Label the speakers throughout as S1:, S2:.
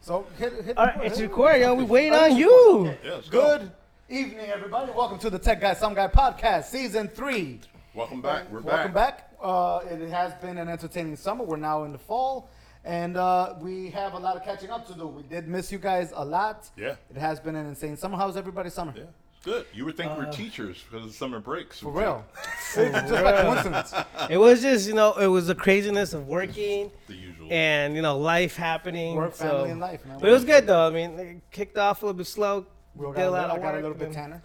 S1: So hit, hit the
S2: All right,
S1: button.
S2: it's
S1: Hit-
S2: recording. Yo. We waiting on
S1: Okay.
S2: you.
S3: Yeah, let's go.
S1: Good evening, everybody. Welcome to the Tech Guy Some Guy podcast, season three.
S3: Welcome back. We're
S1: Welcome
S3: back.
S1: back. Uh, it has been an entertaining summer. We're now in the fall, and uh, we have a lot of catching up to do. We did miss you guys a lot.
S3: Yeah.
S1: It has been an insane summer. How's everybody's summer?
S3: Yeah, it's good. You would think we're teachers because of the summer breaks.
S1: Uh, For real. Just by coincidence.
S2: It was just you know it was the craziness of working
S3: The usual.
S2: and you know life happening.
S1: Work,
S2: so-
S1: family, and life, man.
S2: But it was good though. I mean, it kicked off a little bit slow.
S1: We all
S2: did
S1: got a little, I
S2: of
S1: got a
S2: work,
S1: little bit
S2: then
S1: tanner.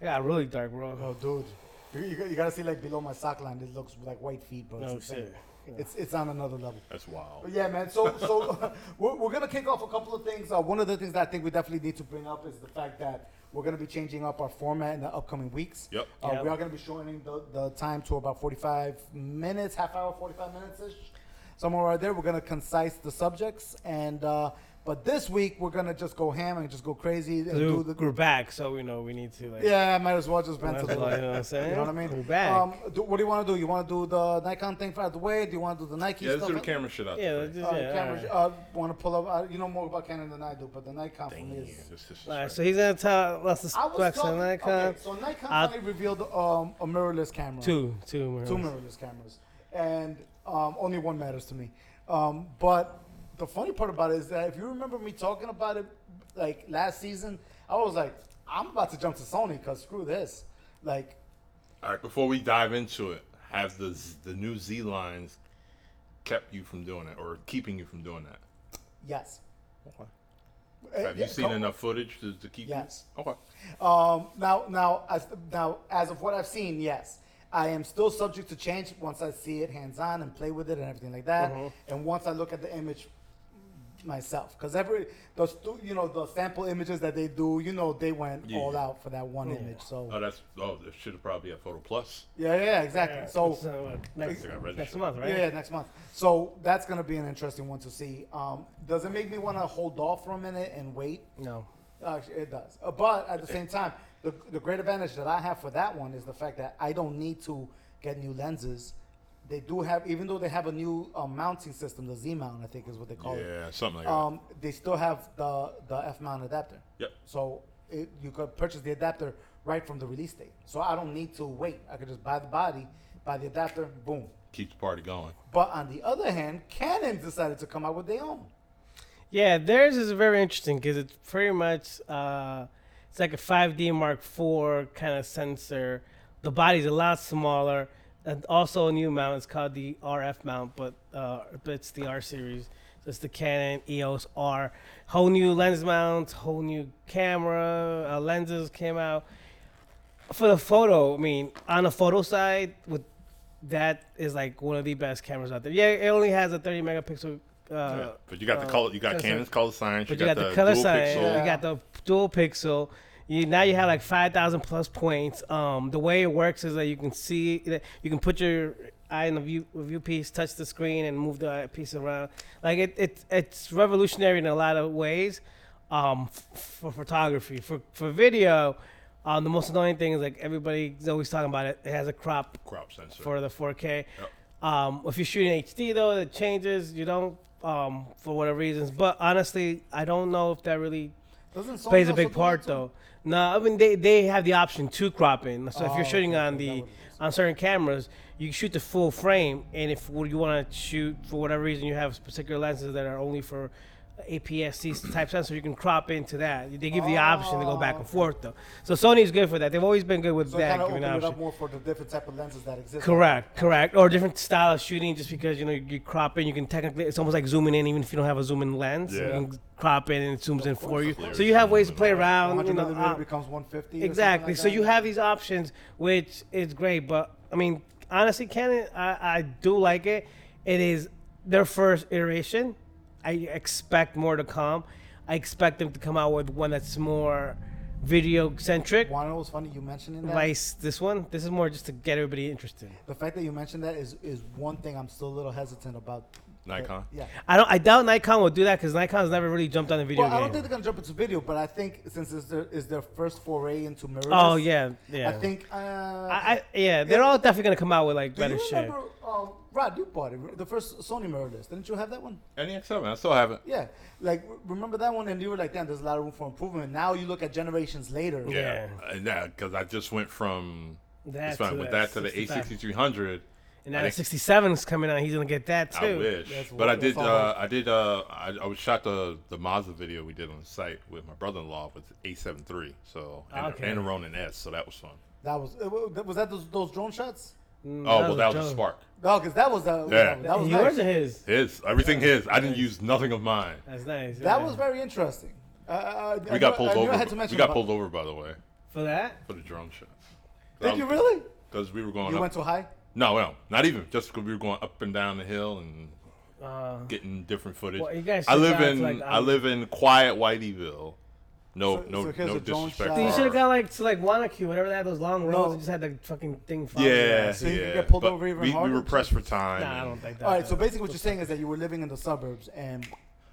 S2: it got really dark, bro.
S1: Oh, dude. You, you, got- you gotta see like below my sock line. This looks like white feet, bro. It's
S2: No
S1: insane.
S2: shit.
S1: It's it's on another level.
S3: That's
S1: But
S3: wild.
S1: yeah, man. So, so we're, we're gonna kick off a couple of things. Uh, one of the things that I think we definitely need to bring up is the fact that we're gonna be changing up our format in the upcoming weeks.
S3: Yep.
S1: Uh,
S2: Yep.
S1: We are gonna be shortening the, the time to about 45 minutes, half hour, 45 minutes ish, somewhere right there. We're gonna concise the subjects, and uh, but this week we're gonna just go ham and just go crazy and do the
S2: We're back, so you know we need to like.
S1: yeah, I might as well just vent
S2: Might
S1: to
S2: as
S1: the
S2: well, you know
S1: You know
S2: what I'm
S1: what I
S2: saying?
S1: mean?
S2: We're back.
S1: Um, do, what do you want to do? You want to do the Nikon thing out the way? Do you want to do the Nike
S3: Yeah, let's
S1: stuff?
S3: do the camera shit out
S2: Yeah,
S3: there.
S2: let's just-
S1: Uh,
S2: yeah,
S1: cameras,
S2: alright.
S1: uh, want to pull up? Uh, you know more about Canon than I do, but the Nikon for me is.
S3: Oh, This- this is
S2: All
S3: right.
S2: right, so he's gonna tell us the
S1: I was
S2: specs on
S1: talking-
S2: Nikon.
S1: Okay, so Nikon
S2: I-
S1: finally revealed um, a mirrorless camera.
S2: Two, two, more.
S1: Two mirrorless cameras, and um, only one matters to me. Um, but the funny part about it is that if you remember me talking about it like last season, I was like, I'm about to jump to Sony because screw this. Like,
S3: All right, before we dive into it, have the Z- the new Z lines kept you from doing it or keeping you from doing that?
S1: yes. Uh,
S3: Have you
S1: yeah,
S3: seen
S1: come-
S3: enough footage to, to keep
S1: Yes.
S3: you? Okay.
S1: Um, now, now, as, now, as of what I've seen, yes, I am still subject to change once I see it hands on and play with it and everything like that, and once I look at the image myself, because every those stu- you know the sample images that they do, you know, they went
S3: Yeah.
S1: all out for that one image. So
S3: Oh, that's oh, this should have probably had Photo Plus.
S1: yeah, yeah, yeah, exactly. So
S2: So, uh, next,
S3: I got registered.
S2: next month, right?
S1: yeah, yeah, next month. So that's gonna be an interesting one to see. Um, does it make me want to hold off for a minute and wait?
S2: No.
S1: Actually, it does. Uh, but at the same time, the, the great advantage that I have for that one is the fact that I don't need to get new lenses. They do have, even though they have a new uh, mounting system, the Z mount, I think is what they call it.
S3: Yeah, something like
S1: Um, they still have the the F mount adapter.
S3: Yep.
S1: So it, you could purchase the adapter right from the release date. So I don't need to wait. I could just buy the body, buy the adapter, boom.
S3: that. Keep the party going.
S1: But on the other hand, Canon decided to come out with their own.
S2: Yeah, theirs is very interesting because it's pretty much uh, it's like a 5D Mark IV kind of sensor. The body's a lot smaller, and also a new mount. It's called the RF mount, but uh, but it's the R series. So it's the Canon EOS R. Whole new lens mounts, whole new camera uh, lenses came out. For the photo, I mean, on the photo side, with that is like one of the best cameras out there. Yeah, it only has a 30 megapixel. Uh,
S3: Yeah. But you got the
S2: uh,
S3: color. You got
S2: sensor.
S3: Canon's color science.
S2: But you got, the, color
S3: dual
S2: science.
S3: pixel.
S2: You got the dual pixel. You, now you have like five thousand plus points. Um, the way it works is that you can see that you can put your eye in the view view piece, touch the screen, and move the eye piece around. Like it, it it's revolutionary in a lot of ways. Um, f- for photography, for for video, um, the most annoying thing is like everybody's always talking about it. It has a crop
S3: crop sensor.
S2: for the 4K. Um, if you're shooting HD though, it changes. You don't um, for whatever reasons. But honestly, I don't know if that really
S1: Doesn't Sony
S2: plays a
S1: also do
S2: big
S1: that
S2: part
S1: too?
S2: though. No, I mean they, they have the option to crop in. So if
S1: Oh,
S2: you're shooting
S1: okay,
S2: on
S1: okay, that
S2: the
S1: would make sense.
S2: on certain cameras, you shoot the full frame, and if what you want to shoot for whatever reason, you have particular lenses that are only for APS-C type sensor, you can crop into that. They give the option to go back and forth though. So Sony's good for that. They've always been good with
S1: So
S2: that.
S1: kind of
S2: giving
S1: opened it
S2: option.
S1: up more for the different type of lenses that exist.
S2: Correct, correct, or different style of shooting. Just because you know you crop in, you can technically it's almost like zooming in, even if you don't have a zoom in lens. You
S3: Yeah.
S2: can crop in and it zooms in for you.
S3: Clear
S2: So you have
S3: zoom
S2: ways to
S3: and
S2: play
S3: all that.
S2: around.
S1: 100
S2: You know,
S1: millimeter
S2: uh,
S1: becomes 150. or something
S2: exactly.
S1: like
S2: so
S1: that.
S2: you have these options, which is great. But I mean, honestly, Canon, I, I do like it. It is their first iteration. I expect more to come. I expect them to come out with one that's more video centric.
S1: One of was funny you mentioning that.
S2: Like this one, this is more just to get everybody interested.
S1: the fact that you mentioned that is is one thing I'm still a little hesitant about.
S3: Nikon.
S1: Yeah.
S2: I don't. I doubt Nikon will do that because Nikon's never really jumped on the video
S1: Well, I don't
S2: game.
S1: think they're gonna jump into video, but I think since it's their is their first foray into mirrors.
S2: oh yeah, yeah.
S1: I think. Uh,
S2: I, I yeah. They're all definitely gonna come out with like
S1: do you
S2: better shit.
S1: remember, um, Rod, you bought it. The first Sony mirrorless. Didn't you have that one?
S3: NEX7, E I still haven't.
S1: Yeah. Like, re- remember that one? And you were like, damn, there's a lot of room for improvement. Now you look at generations later.
S3: Yeah.
S2: Yeah.
S3: And that, because I just went from.
S2: That
S3: it's fine,
S2: to
S3: with
S2: that
S3: that to the
S2: 65.
S3: A6300.
S2: And now
S3: I
S2: the
S3: think-
S2: 67 is coming out. He's gonna get that too.
S3: I wish,
S1: That's
S3: but I
S1: wonderful.
S3: did. Uh, I did. Uh, I, I was shot the the Mazda video we did on the site with my brother-in-law with A73. So and,
S2: Okay.
S3: and a Ronin S. So that was fun.
S1: That was, uh, wa- was that those, those drone shots?
S3: Oh
S2: Mm,
S3: well, that was a
S2: Joe.
S3: spark.
S1: No, because that was, uh,
S3: Yeah.
S1: that, was
S2: yours
S1: nice.
S2: or his?
S3: His everything his. I didn't use nothing of mine.
S2: That's nice.
S1: That
S2: yeah.
S1: was very interesting. Uh, Uh, I
S3: We
S1: knew-
S3: got pulled
S1: I knew I
S3: over.
S1: had to
S3: We
S1: mention
S3: got
S1: about-
S3: pulled over by the way
S2: for that.
S3: for the drone shots.
S1: Did you really?
S3: Because we were going.
S1: You
S3: up,
S1: went too high?
S3: no, no, not even. Just because we were going up and down the hill and
S2: Uh,
S3: getting different footage.
S2: Well, you guys
S3: I
S2: should
S3: live
S2: got,
S3: in
S2: like,
S3: I
S2: um,
S3: live in quiet Whiteyville. No,
S1: So-
S3: no,
S1: so here's
S3: no
S1: a drone
S3: disrespect.
S1: shot.
S3: for
S2: you should
S3: our-
S2: have got like to like Wanakee, whatever that those long roads.
S1: No.
S2: and just had the fucking thing. follow you.
S3: Yeah,
S1: So you
S3: yeah.
S1: could get pulled
S3: but
S1: over even
S3: we, we
S1: harder?
S3: were pressed for time.
S2: Nah, I
S3: and-
S2: don't think that.
S1: All right, so basically what you're saying is that you were living in the suburbs and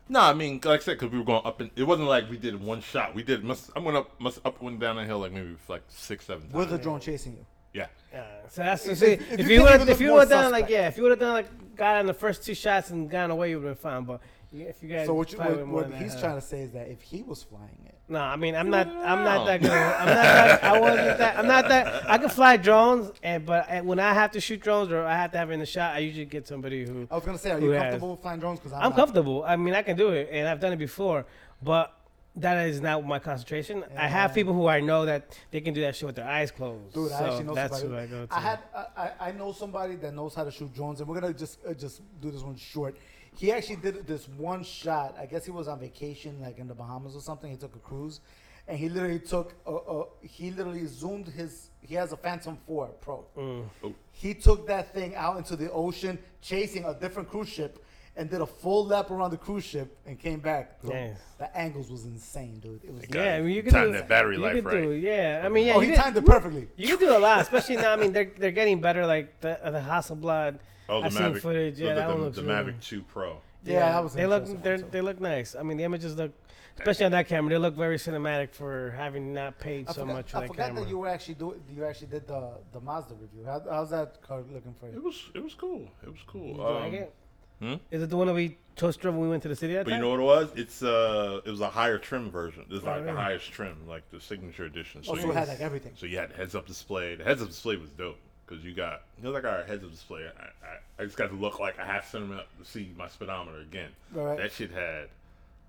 S3: No, I mean, like I said, because we were going up and it wasn't like we did one shot. We did must I went up must up and down the hill like maybe like six seven times.
S1: with a drone chasing you.
S3: yeah,
S2: Yeah, so that's
S1: If-
S2: if, if,
S1: if you
S2: if
S1: think
S2: you would
S1: you
S2: have if
S1: look
S2: you
S1: more
S2: would have done like
S1: suspect.
S2: yeah if you would have done like got on the first two shots and gotten away you would have been fine but you- if you guys
S1: So what, you,
S2: probably
S1: what,
S2: would've
S1: what
S2: more
S1: he's
S2: than that,
S1: trying to say is that if he was flying it,
S2: No, I mean I'm not. I'm
S3: No.
S2: not that good. I'm not. That, I wasn't that. I'm not that. I can fly drones, and but and when I have to shoot drones or I have to have it in the shot, I usually get somebody who
S1: I was gonna say, are
S2: Who
S1: you
S2: has?
S1: comfortable with flying drones? Because I'm,
S2: I'm
S1: not.
S2: comfortable. I mean I can do it, and I've done it before, but that is not my concentration. I have
S1: Yeah.
S2: people who I know that they can do that shit with their eyes closed.
S1: Dude,
S2: so
S1: I actually know
S2: that's who I
S1: somebody.
S2: go to.
S1: I had I, I- I know somebody that knows how to shoot drones, and we're gonna just uh, just do this one short. He actually did this one shot. I guess he was on vacation, like in the Bahamas or something. He took a cruise, and he literally took uh, uh, he literally zoomed his. He has a Phantom Four Pro.
S3: Oh.
S1: He took that thing out into the ocean, chasing a different cruise ship, and did a full lap around the cruise ship and came back. Bro,
S2: Nice.
S1: The angles was insane, dude. It was.
S3: got
S2: yeah, I mean, you can
S3: Time
S2: do
S3: that battery
S2: you
S3: life,
S2: can do-
S3: right?
S2: yeah, I mean, yeah.
S1: oh,
S2: you
S1: he
S2: can-
S1: timed it perfectly.
S2: You can do a lot, especially now. I mean, they're they're getting better. Like the uh, the Hasselblad.
S3: Oh, the
S2: I've seen
S3: Mavic,
S2: footage.
S3: the-
S2: Yeah,
S3: the,
S2: that
S3: the,
S2: one looks
S3: the
S2: really-
S3: Mavic Two Pro.
S1: Yeah, that was. an
S2: They look
S1: interesting
S2: they
S1: one, too.
S2: they look nice. I mean, the images look, especially on that camera, they look very cinematic for having not paid so much for
S1: I
S2: that
S1: forgot
S2: camera.
S1: that you were actually do you actually did the the Mazda review. How, how's that car looking for
S3: It
S1: you?
S3: was it was cool. It was cool.
S2: Did you like
S3: Um,
S2: it?
S3: hmm?
S2: Is it the one that we toast drove when we went to the city? That
S3: But you
S2: time?
S3: know what it was? It's uh, it was a higher trim version. This is like the
S2: really?
S3: highest trim, like the signature edition.
S1: Oh,
S3: So,
S1: so
S3: you,
S1: it had like everything.
S3: so you had the heads up display. The heads up display was dope because you got you know like our heads up display. I, I, I just got to look like a half centimeter up to see my speedometer again.
S1: Right.
S3: That shit had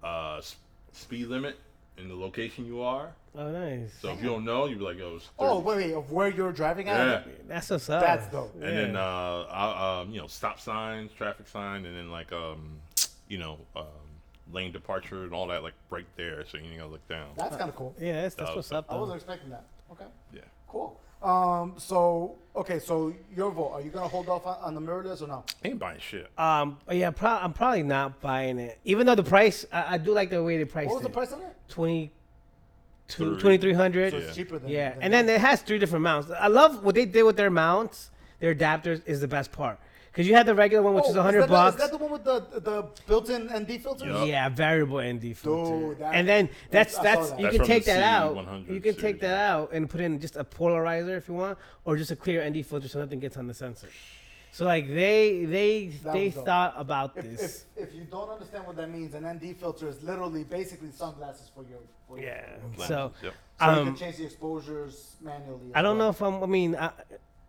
S3: uh s- speed limit and the location you are.
S2: Oh, nice.
S3: So if you don't know, you'd be like, "Yo, it's 30.
S1: Oh wait, wait, of where you're driving at?
S3: yeah."
S2: That's what's up.
S1: That's dope.
S3: And then uh, I, um, you know, stop signs, traffic sign, and then like um, you know, um, lane departure and all that, like right there. So you know, look down.
S1: That's kind of cool.
S2: yeah, that's, that's
S3: Oh,
S2: what's up.
S1: I
S2: Though.
S1: wasn't expecting that. Okay,
S3: Yeah.
S1: cool. Um, so okay, so your vote. Are you gonna hold off on, on the mirrorless or no?
S3: Ain't buying shit.
S2: Um, but yeah, pro- I'm probably not buying it. Even though the price, I, I do like the way they priced
S1: What was the
S2: it.
S1: price on it?
S2: 20
S3: Three.
S2: 2300
S1: So it's cheaper than
S2: yeah,
S1: than
S2: and then it has three different mounts. I love what they did with their mounts. Their adapters is the best part because you had the regular one, which
S1: Oh,
S2: is 100
S1: that the-
S2: bucks.
S1: Is that the one with the the built-in ND filters?
S3: Yeah.
S2: Yeah, variable ND filter.
S1: Dude, that-
S2: and then that's
S1: I saw
S2: that's
S1: that.
S2: you
S3: That's
S2: can
S3: from
S2: take
S3: the
S2: that out.
S3: C100
S2: You can take
S3: series.
S2: that out and put in just a polarizer if you want, or just a clear ND filter so nothing gets on the sensor. So like they they
S1: That
S2: they
S1: was dope.
S2: thought about
S1: If,
S2: this.
S1: if, if you don't understand what that means, an ND filter is literally basically sunglasses for your. For your-
S2: yeah.
S3: Lenses,
S2: So
S3: yep.
S1: So you
S2: um,
S1: can change the exposures manually. as
S2: I don't
S1: well.
S2: know if I'm. I mean, I,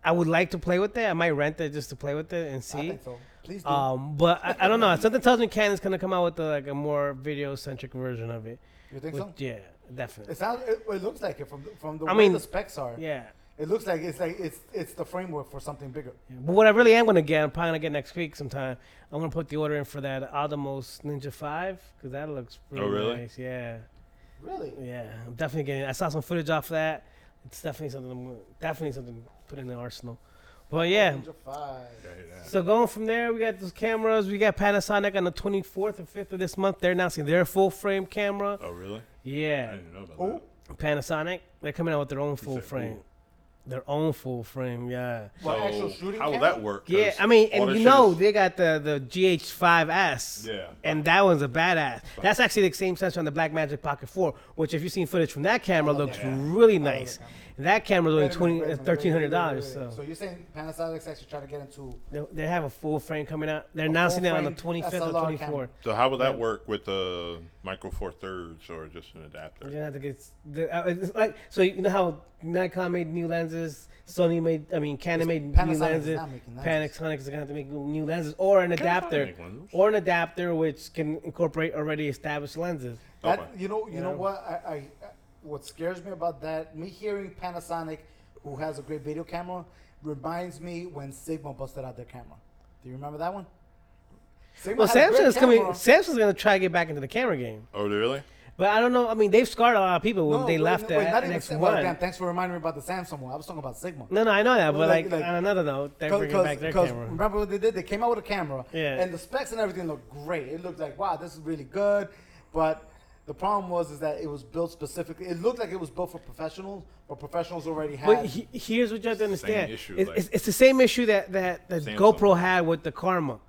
S2: I would like to play with it. I might rent it just to play with it and see.
S1: I think so. Please do.
S2: Um, but I, I don't know. Something tells me Canon's gonna come out with a, like a more video centric version of it.
S1: you think
S2: With-
S1: so?
S2: yeah,
S1: It
S2: definitely.
S1: sounds. It, it looks like it from the, from the
S2: I
S1: way
S2: mean-
S1: the specs are.
S2: Yeah.
S1: It looks like it's like it's it's the framework for something bigger.
S2: But what I really am gonna get, I'm probably gonna get next week sometime. I'm gonna put the order in for that Atomos Ninja Five because that looks really,
S3: Oh, really?
S2: nice. Yeah,
S1: Really?
S2: yeah. I'm definitely getting. I saw some footage off that. It's definitely something. I'm gonna- Definitely something to put in the arsenal. But yeah.
S1: Ninja Five.
S2: So going from there, we got those cameras. We got Panasonic on the 24th and 5th of this month. They're announcing their full frame camera.
S3: Oh really? I
S2: Yeah.
S3: didn't know about
S1: Oh,
S2: Panasonic. They're coming out with their own full
S3: said,
S2: frame.
S3: "Ooh."
S2: Their own full frame, yeah.
S3: that.
S1: what
S3: So
S1: actual shooting?
S3: how will
S1: camera?
S3: that work? 'Cause
S2: Yeah, I mean,
S3: all
S2: and
S3: that
S2: you
S3: shit
S2: know
S3: is-
S2: they got the the GH5S.
S3: Yeah.
S2: And that one's a badass. That's
S3: Oh,
S2: actually the same sensor on the Blackmagic Pocket 4, which if you've seen footage from that camera looks
S1: that camera.
S2: really
S1: I love that
S2: nice.
S1: camera.
S2: And that camera's only
S1: Wait a minute,
S2: twenty, uh,
S1: wait a minute, wait,
S2: thirteen hundred
S1: wait, wait, wait,
S2: dollars.
S1: wait.
S2: So
S1: So you're saying Panasonic's actually trying to get into
S2: they, they have a full frame coming out. They're
S1: A
S2: announcing
S1: full
S2: it on the
S1: frame
S2: twenty fifth or
S1: SLR
S2: twenty
S1: camera.
S2: fourth.
S3: So how would that work with the micro four thirds or just an adapter?
S2: You're gonna have to get s- the, uh, it's like so. You know how Nikon made new lenses, Sony made, I mean, Canon made new
S1: Panasonic is
S2: lenses.
S1: not making lenses.
S2: Panasonic is gonna have to make new lenses or an adapter,
S3: make lenses.
S2: or an adapter which can incorporate already established lenses.
S1: that.
S3: Okay.
S1: You know, you know
S2: Yeah.
S1: what? I, I, what scares me about that, me hearing Panasonic, who has a great video camera, reminds me when Sigma busted out their camera. Do you remember that one? Sigma
S2: Well,
S1: had a great
S2: Samsung is coming.
S1: camera.
S2: Samsung's gonna try to get back into the camera game,
S3: Oh, really?
S2: but I don't know. I mean, they've scarred a lot of people when
S1: No,
S2: they
S1: Oh, wait,
S2: left
S1: wait, not
S2: that
S1: even
S2: next
S1: Sig-
S2: one.
S1: well, damn, thanks for reminding me about the Samsung one. I was talking about Sigma.
S2: No, no, I know that,
S1: No,
S2: but
S1: like-
S2: like,
S1: like-
S2: on another note, they're bringing back their
S1: Because
S2: camera.
S1: remember what they did? They came out with a camera,
S2: Yeah.
S1: and the specs and everything looked great. It looked like wow, this is really good. But the problem was is that it was built specifically. It looked like it was built for professionals, but professionals already had.
S2: But he, here's what you have to understand:
S3: issue,
S2: it's,
S3: like-
S2: it's, it's the same issue that that, that
S3: Samsung.
S2: GoPro had with the Karma.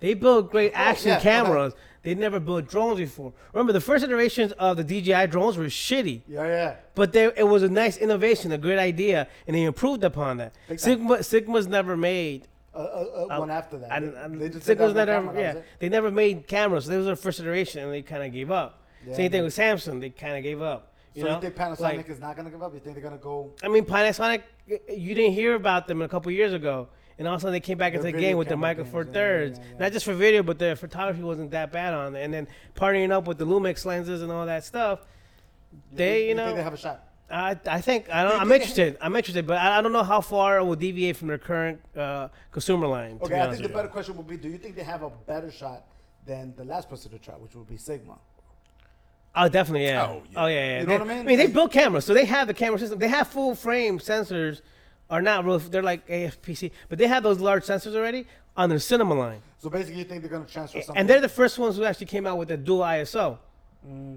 S2: They built great action
S1: Oh, yeah, okay.
S2: cameras. They never built drones before. Remember, the first iterations of the DJI drones were shitty,
S1: yeah, yeah.
S2: but they, it was a nice innovation, a great idea, and they improved upon that.
S1: Big time.
S2: Sigma, Sigma's never made.
S1: Uh, uh, uh, one after that.
S2: I,
S1: They-
S2: I,
S1: they just did
S2: Sigma's
S1: that
S2: never.
S1: one camera, that
S2: yeah,
S1: was it.
S2: they never made cameras. They was their first iteration, and they kind of gave up.
S1: Yeah,
S2: same
S1: man.
S2: thing with Samsung. They kind of gave up. You
S1: so
S2: know?
S1: you think Panasonic
S2: Like-
S1: is not gonna give up? You think they're gonna go?
S2: I mean, Panasonic, y- you didn't hear about them a couple years ago, and all of a sudden they came back into the
S1: video
S2: game with their
S1: camera
S2: Micro
S1: games,
S2: Four
S1: yeah, yeah,
S2: Thirds,
S1: yeah, yeah.
S2: not just for video, but their photography wasn't that bad on it. And then partnering up with the Lumix lenses and all that stuff,
S1: think-
S2: they, you
S1: think they
S2: know,
S1: have a shot.
S2: I, I think I don't,
S1: you
S2: I'm
S1: think they-
S2: interested. I'm interested, but I, I don't know how far it will deviate from their current uh, consumer line. To
S1: Okay,
S2: be
S1: I
S2: honest
S1: think the
S2: with you.
S1: better question would be: Do you think they have a better shot than the last person to try, which would be Sigma?
S2: Oh, definitely, yeah.
S3: Oh,
S2: Oh,
S3: yeah.
S2: yeah. yeah,
S1: You know
S2: They-
S1: what I mean?
S2: they
S1: Like-
S2: built cameras, so they have the camera system. They have full frame sensors, are not real. They're like AFPC, but they have those large sensors already on their cinema line,
S1: So basically, you think they're gonna transfer something?
S2: and they're the first ones who actually came out with the dual ISO.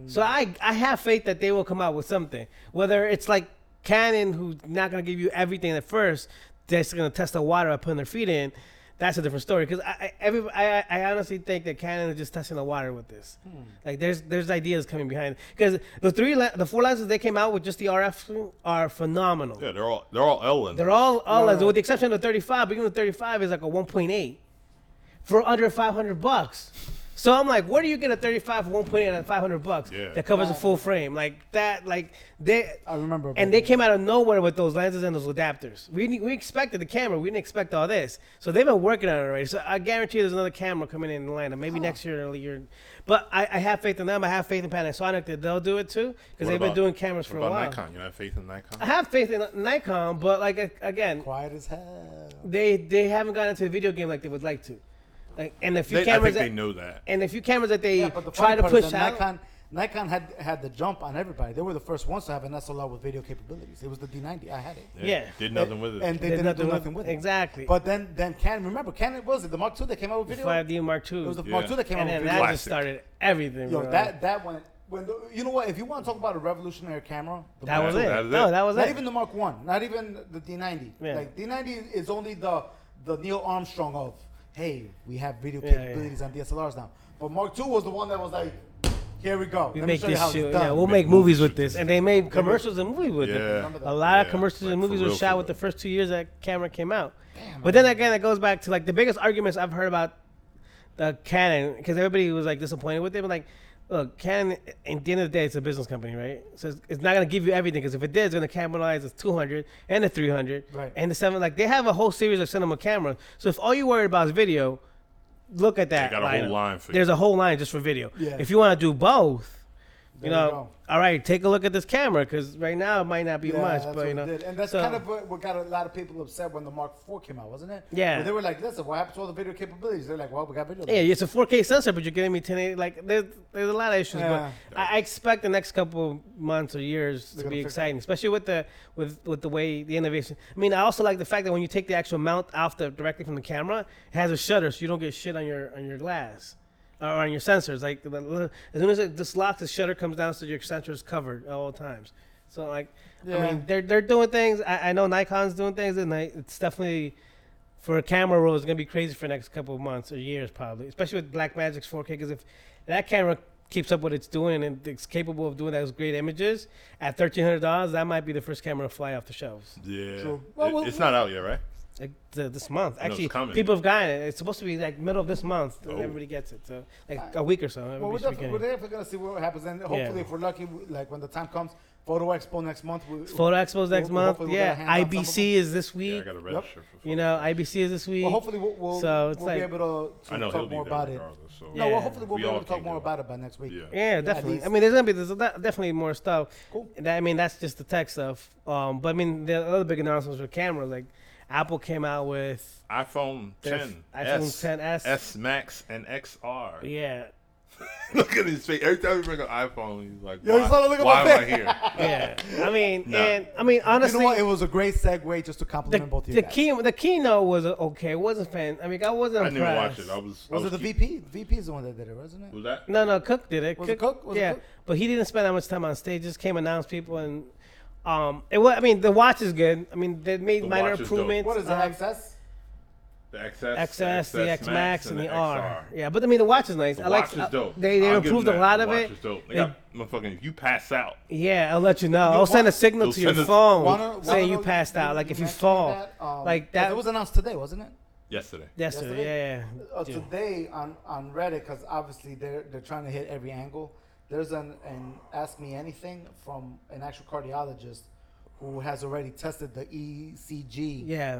S2: So I I have faith that they will come out with something. Whether it's like Canon, who's not gonna give you everything at first, they're just gonna test the water by putting their feet in. That's a different story because I I, every, I I- I honestly think that Canon is just testing the water with this. Like there's there's ideas coming behind because the three le- the four lenses they came out with just the RF are phenomenal.
S3: Yeah, they're all they're all L lenses.
S2: They're all all
S1: No,
S2: lenses,
S1: no.
S2: with the exception of the 35. But even the 35 is like a 1.8 for under 500 bucks. So I'm like, where do you get a 35 for 1.8 and 500 bucks
S3: Yeah.
S2: that covers a full frame like that? Like they
S1: I remember.
S2: and they came out of nowhere with those lenses and those adapters. We ne- we expected the camera, we didn't expect all this. So they've been working on it already. So I guarantee there's another camera coming in Atlanta, maybe next year, early year. But I, I have faith in them. I have faith in Panasonic that they'll do it too because
S3: What
S2: they've been
S3: about-
S2: doing cameras for
S3: What
S2: a while.
S3: about Nikon? You have faith in Nikon?
S2: I have faith in Nikon, but like a- again,
S1: quiet as hell.
S2: they they haven't gotten into a video game like they would like to. Like and a few
S3: They, I
S2: cameras
S3: think
S2: that,
S3: they know that.
S2: and a few cameras that they
S1: Yeah, but the
S2: try
S1: funny
S2: to
S1: part is
S2: push
S1: that
S2: out.
S1: Nikon, Nikon had had the jump on everybody. They were the first ones to have an SLR with video capabilities. It was the D90. I had it.
S3: Yeah,
S2: yeah.
S3: Did nothing with it.
S1: And they
S2: Did
S1: didn't
S2: nothing
S1: do
S2: with-
S1: nothing with it.
S2: exactly.
S1: But then, then Canon. Remember, Canon what was it the Mark II that came out with video?
S2: 5D Mark II.
S1: It was the
S3: Yeah.
S1: Mark II that came
S2: and
S1: out with
S2: then
S1: video.
S2: that
S3: Classic.
S2: just started everything.
S1: Yo,
S2: bro.
S1: that that went. When the, you know what? If you want to talk about a revolutionary camera, the
S2: That
S1: Mark
S2: was
S3: That-
S2: it.
S3: that was it.
S2: No, that was
S1: not
S2: it.
S1: even the Mark One, not even the D90.
S2: Yeah.
S1: Like D90 is only the the Neil Armstrong of hey, we have video
S2: Yeah, yeah.
S1: capabilities on DSLRs now. But Mark II was the one that was like, here we go.
S2: we
S1: Let
S2: make
S1: me show you
S2: this
S1: how
S2: shit.
S1: it's
S2: Yeah,
S1: done.
S2: we'll
S3: Make
S2: make movies
S3: movies
S2: with
S3: with
S2: this, and they made commercials and movies with
S3: Yeah.
S2: it. A lot
S3: Yeah,
S2: of commercials
S3: like,
S2: and
S3: for
S2: movies
S3: real,
S2: were shot
S3: for
S2: with the
S3: real.
S2: first two years that camera came out. but then again, it goes back to like the biggest arguments I've heard about the Canon because everybody was like disappointed with it. But like, look, Canon, at the end of the day, it's a business company, right? So it's, it's not gonna give you everything because if it did, it's gonna capitalize the 200 and the 300
S1: Right.
S2: and the seven. Like they have a whole series of cinema cameras. So if all you worried about is video, look at that.
S3: got a whole
S2: lineup.
S3: line for you.
S2: There's a whole line just for video.
S1: Yeah.
S2: If you want to do both,
S1: There
S2: you
S1: you
S2: know, all right, take a look at this camera because right now it might not be
S1: Yeah,
S2: much,
S1: that's
S2: but
S1: what
S2: you
S1: we
S2: know,
S1: did. and that's
S2: so-
S1: kind of what, what got a lot of people upset when the Mark IV came out, wasn't it?
S2: Yeah.
S1: Where they were like, "Listen, what happened to all the video capabilities?" They're like, "Well, we got video."
S2: yeah, it's a 4K sensor, but you're getting me 1080. Like there's there's a lot of issues,
S1: Yeah.
S2: but I, I expect the next couple months or years
S1: They're
S2: to
S1: gonna
S2: be
S1: fix it.
S2: exciting, especially with the with with the way the innovation. I mean, I also like the fact that when you take the actual mount off the directly from the camera, it has a shutter, so you don't get shit on your on your glass. Or on your sensors, like the little- as soon as it dislocks, the shutter comes down, so your sensor is covered at all times. So like, I
S1: Yeah.
S2: mean, they're they're doing things. I, I know Nikon's doing things, and I, it's definitely for a camera roll it's gonna be crazy for the next couple of months or years probably, especially with Black Magic's 4K. Because if that camera keeps up what it's doing and it's capable of doing those great images at thirteen hundred dollars, that might be the first camera to fly off the shelves
S3: Yeah.
S1: True.
S3: It-
S2: Well, well,
S3: it's not out yet, right?
S2: like th- this month.
S3: it's
S2: Actually,
S3: coming.
S2: people have gotten it. It's supposed to be like middle of this month. and
S3: Oh.
S2: Everybody gets it. So like a week or so.
S1: Well, we're
S2: everybody should be
S1: definitely,
S2: getting
S1: we're
S2: it.
S1: definitely gonna see what happens, and hopefully, if we're lucky, we- like when the time comes, Photo Expo next month. We,
S2: Photo Expos next
S1: Well,
S2: month.
S1: hopefully we're
S2: Yeah,
S1: gonna hand out some of
S2: IBC is this
S3: Yeah,
S2: week.
S3: I got to register for
S2: you know, IBC is this week.
S1: well, hopefully, we'll, we'll,
S2: So it's
S1: we'll
S2: like-
S1: be able to, to
S3: I know he'll
S1: talk
S3: be
S1: more
S3: there
S1: about it.
S3: regardless. So.
S1: No, well,
S2: Yeah.
S1: hopefully, we'll
S3: We
S1: be able
S3: all
S1: to talk
S3: can
S1: more
S3: go.
S1: about it by next week.
S3: Yeah.
S2: Yeah, definitely. I
S1: least-
S2: mean, there's gonna be there's not- definitely more stuff.
S1: Cool.
S2: And I mean, that's just the tech stuff. Um, but I mean, the other big announcements were cameras. Like, Apple came out with
S3: iPhone
S2: their
S3: 10,
S2: iPhone
S3: S,
S2: 10s.
S3: S Max, and XR.
S2: yeah,
S3: Look at his face. Every time we bring an iPhone, he's like,
S1: Yo, he's
S3: why,
S1: not looking at
S3: why
S1: my
S3: am I
S1: face.
S3: here?
S2: yeah. I mean,
S3: Nah.
S2: and I mean, honestly,
S1: You know what? It was a great segue just to
S2: the,
S1: compliment both of
S2: the
S1: you guys.
S2: key the keynote was uh, okay. It wasn't fan. I mean, I wasn't
S3: I didn't even watch
S2: impressed.
S3: it. I was. I
S1: was it
S3: was
S1: the
S3: keep-
S1: VP? VP is the one that did it, wasn't it?
S3: Was that?
S2: No, no, Cook did it.
S1: Was it Cook? Was it
S2: yeah,
S1: Cook?
S2: but he didn't spend that much time on stage. Just came announce people and. Um, it was, I mean, the watch is good. I mean, they made
S3: The
S2: minor
S3: watch is dope.
S2: improvements.
S1: What is it?
S2: Um,
S1: Access?
S3: The XS,
S2: XS, the X Max, and the R.
S3: XR.
S2: Yeah, but I mean the watch is nice.
S3: The
S2: I
S3: watch
S2: like
S3: is dope.
S2: they they
S3: I'll give
S2: improved
S3: them
S2: a lot
S3: that. The
S2: of
S3: watch
S2: it.
S3: is dope. They
S2: They-
S3: got motherfucking. If you pass out,
S2: yeah, I'll let you know. I'll send a
S1: what?
S2: signal
S3: They'll
S2: to your
S3: send us-
S2: phone
S1: Wanna- wanna
S2: saying you
S1: know-
S2: passed out. Like if you
S1: mentioned
S2: fall,
S1: um,
S2: like
S1: yeah,
S2: that.
S1: It was announced today, wasn't it?
S3: yesterday.
S2: yesterday.
S1: yesterday?
S2: Yeah, yeah.
S1: Uh,
S2: yeah.
S1: Today on, on Reddit, because obviously they're they're trying to hit every angle. There's an, an Ask Me Anything from an actual cardiologist who has already tested the E ECG
S2: Yeah.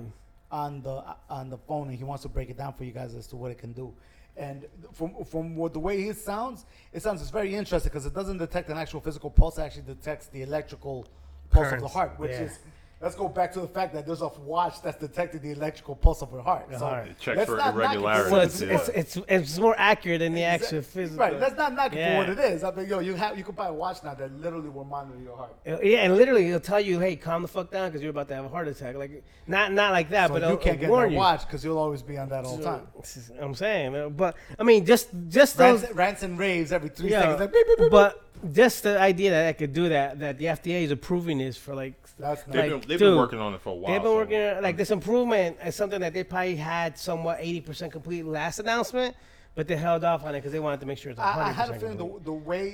S1: on the on the phone, and he wants to break it down for you guys as to what it can do. And from from what the way it sounds, it sounds it's very interesting because it doesn't detect an actual physical pulse. It actually detects the electrical pulse of the
S2: Currents,
S1: heart, which
S2: yeah.
S1: is. Let's go back to the fact that there's a watch that's detected the electrical pulse of her heart. So
S2: heart. It
S3: checks
S1: let's
S3: for
S1: not knock it
S3: irregularities,
S2: So
S1: what
S2: it's,
S1: it's
S3: yeah.
S1: worth.
S2: it's it's it's more accurate than the actual
S1: Exact-
S2: physical.
S1: Right, that's not knocking
S2: Yeah.
S1: for what it is. I mean, yo, you have you could buy a watch now that literally will monitor your heart.
S2: Uh, Yeah, and literally it'll tell you, "Hey, calm the fuck down, because you're about to have a heart attack." Like, not not like that,
S1: So
S2: but
S1: you
S2: it'll,
S1: can't
S2: it'll
S1: get
S2: warn
S1: that
S2: you.
S1: watch because you'll always be on that all the time.
S2: This is- I'm saying, uh, but I mean, just just those
S1: Rants, rants and raves every three
S2: Yeah,
S1: seconds. Like, beep, beep, beep, beep.
S2: but just the idea that I could do that, that the FDA is approving this for like,
S1: That's
S3: They've,
S1: nice.
S2: Like,
S3: been, they've
S2: dude,
S3: been working on it for a while.
S2: they've been
S3: so-
S2: working, like this improvement is something that they probably had somewhat 80% complete last announcement, but they held off on it because they wanted to make sure it's 100%.
S1: I, I had a feeling
S2: complete.
S1: the, the way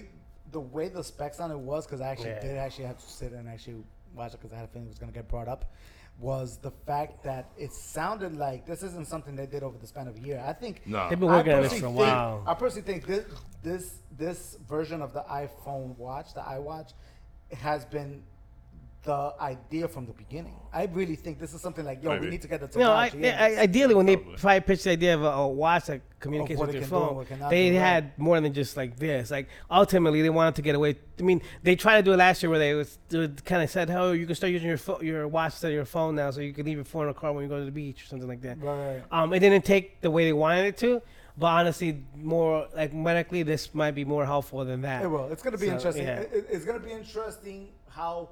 S1: the way the specs on it was because I actually
S2: Yeah.
S1: did actually have to sit and actually watch it because I had a feeling it was going to get brought up was the fact that it sounded like this isn't something they did over the span of a year. I think
S3: No.
S2: They've been working
S1: I
S2: on this
S1: personally
S2: for a
S1: think-
S2: while.
S1: I personally think this this this version of the iPhone watch, the iWatch, has been the idea from the beginning. I really think this is something like, yo, we
S3: Maybe.
S1: need to get the
S2: No, I,
S1: technology. in.
S2: I, ideally, when they
S3: Probably.
S2: probably pitched the idea of a, a watch that communicates
S1: Of what
S2: with
S1: it
S2: your
S1: can do and
S2: phone,
S1: what it cannot
S2: they
S1: do, right.
S2: had more than just like this. Like ultimately, they wanted to get away. I mean, they tried to do it last year where they was kind of said, "Oh, you can start using your pho- your watch instead of your phone now, so you can leave your phone in the car when you go to the beach or something like that."
S1: Right.
S2: Um, it didn't take the way they wanted it to, but honestly, more like medically, this might be more helpful than that.
S1: It will. It's going to be
S2: So,
S1: interesting.
S2: yeah.
S1: It- it- it's going to be interesting how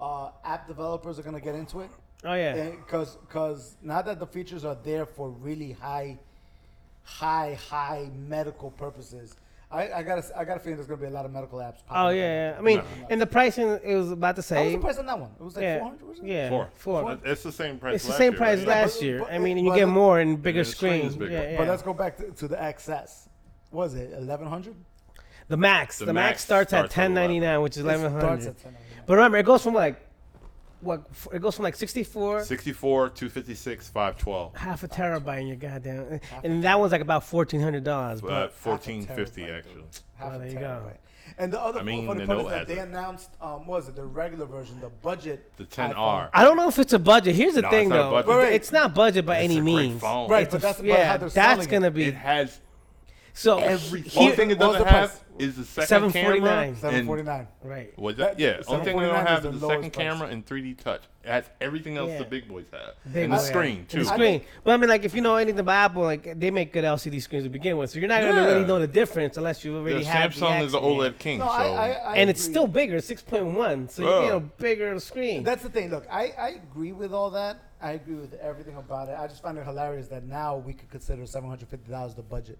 S1: uh, app developers are going to get into it.
S2: Oh yeah.
S1: Because because now that the features are there for really high, high, high medical purposes, I, I got I got a feeling there's going to be a lot of medical apps. popping
S2: Oh
S1: up.
S2: yeah, yeah. I mean, and the pricing it was about
S1: I
S2: the
S1: was
S2: same.
S1: surprised on that one. It was like
S2: Yeah.
S1: 400 wasn't it?
S2: Yeah.
S3: Four.
S2: Four.
S3: It's the same price.
S2: It's the
S3: last
S2: same
S3: year,
S2: price
S3: right?
S2: last
S1: but-
S2: year.
S1: but
S2: I
S1: it
S2: mean, you get
S1: wasn't-
S2: more and bigger
S3: the screen
S2: screens.
S3: is bigger.
S2: Yeah,
S3: But
S2: yeah.
S1: But let's go back to, to the XS. What is it 1100?
S2: The max. The,
S3: The
S2: max,
S3: max
S2: starts, at
S3: starts at
S2: ten ninety nine, which is
S1: starts
S2: eleven hundred.
S1: at 1099.
S2: But remember, it goes from like what? f- It goes from like sixty four.
S3: 64, 256, 512.
S2: Half a terabyte in your goddamn, and that one's like about fourteen hundred dollars.
S3: Uh,
S2: But
S3: 1450
S1: terabyte.
S3: actually.
S1: Half
S2: Oh,
S1: a
S2: there you go.
S1: terabyte. And the other
S3: I mean,
S1: funny
S3: they
S1: part
S3: know
S1: is that
S3: as
S1: they
S3: a-
S1: announced um, what was it the regular version, the budget,
S3: The
S1: iPhone.
S3: 10R.
S2: I don't know if it's a budget. Here's the
S3: No,
S2: thing,
S3: it's not a
S2: though.
S3: budget. Wait,
S1: wait.
S2: It's not budget by
S3: It's
S2: any
S3: a great
S2: means.
S3: phone.
S1: Right,
S2: It's
S1: but
S2: a-
S1: that's about
S2: yeah,
S1: how they're
S2: that's
S1: selling it.
S2: gonna be
S3: It has
S2: so
S3: every.
S2: he-
S3: Only thing it
S1: what was
S3: doesn't
S1: the price?
S3: have is the second camera.
S2: 749.
S3: and-
S1: 749.
S2: right.
S3: Was that? Yeah. Only thing we
S1: 749
S3: don't
S1: is
S3: have
S1: the
S3: is the
S1: lowest
S3: second
S1: price.
S3: camera and 3D touch. It has everything else
S2: Yeah.
S3: the big boys have.
S2: Big
S3: and the
S2: boy.
S3: screen
S2: And
S3: too.
S2: the screen. But I mean, like, if you know anything about Apple, like, they make good LCD screens to begin with, so you're not gonna
S3: Yeah.
S2: really know the difference unless you
S3: The
S2: already have. the
S3: Samsung is the
S2: accent.
S3: OLED king.
S1: No,
S3: so
S1: I, I, I
S2: and it's
S1: agree.
S2: still bigger, six point one. So you
S3: Bro.
S2: need a bigger screen.
S1: That's the thing. Look, I, I agree with all that. I agree with everything about it. I just find it hilarious that now we could consider seven hundred fifty dollars the budget.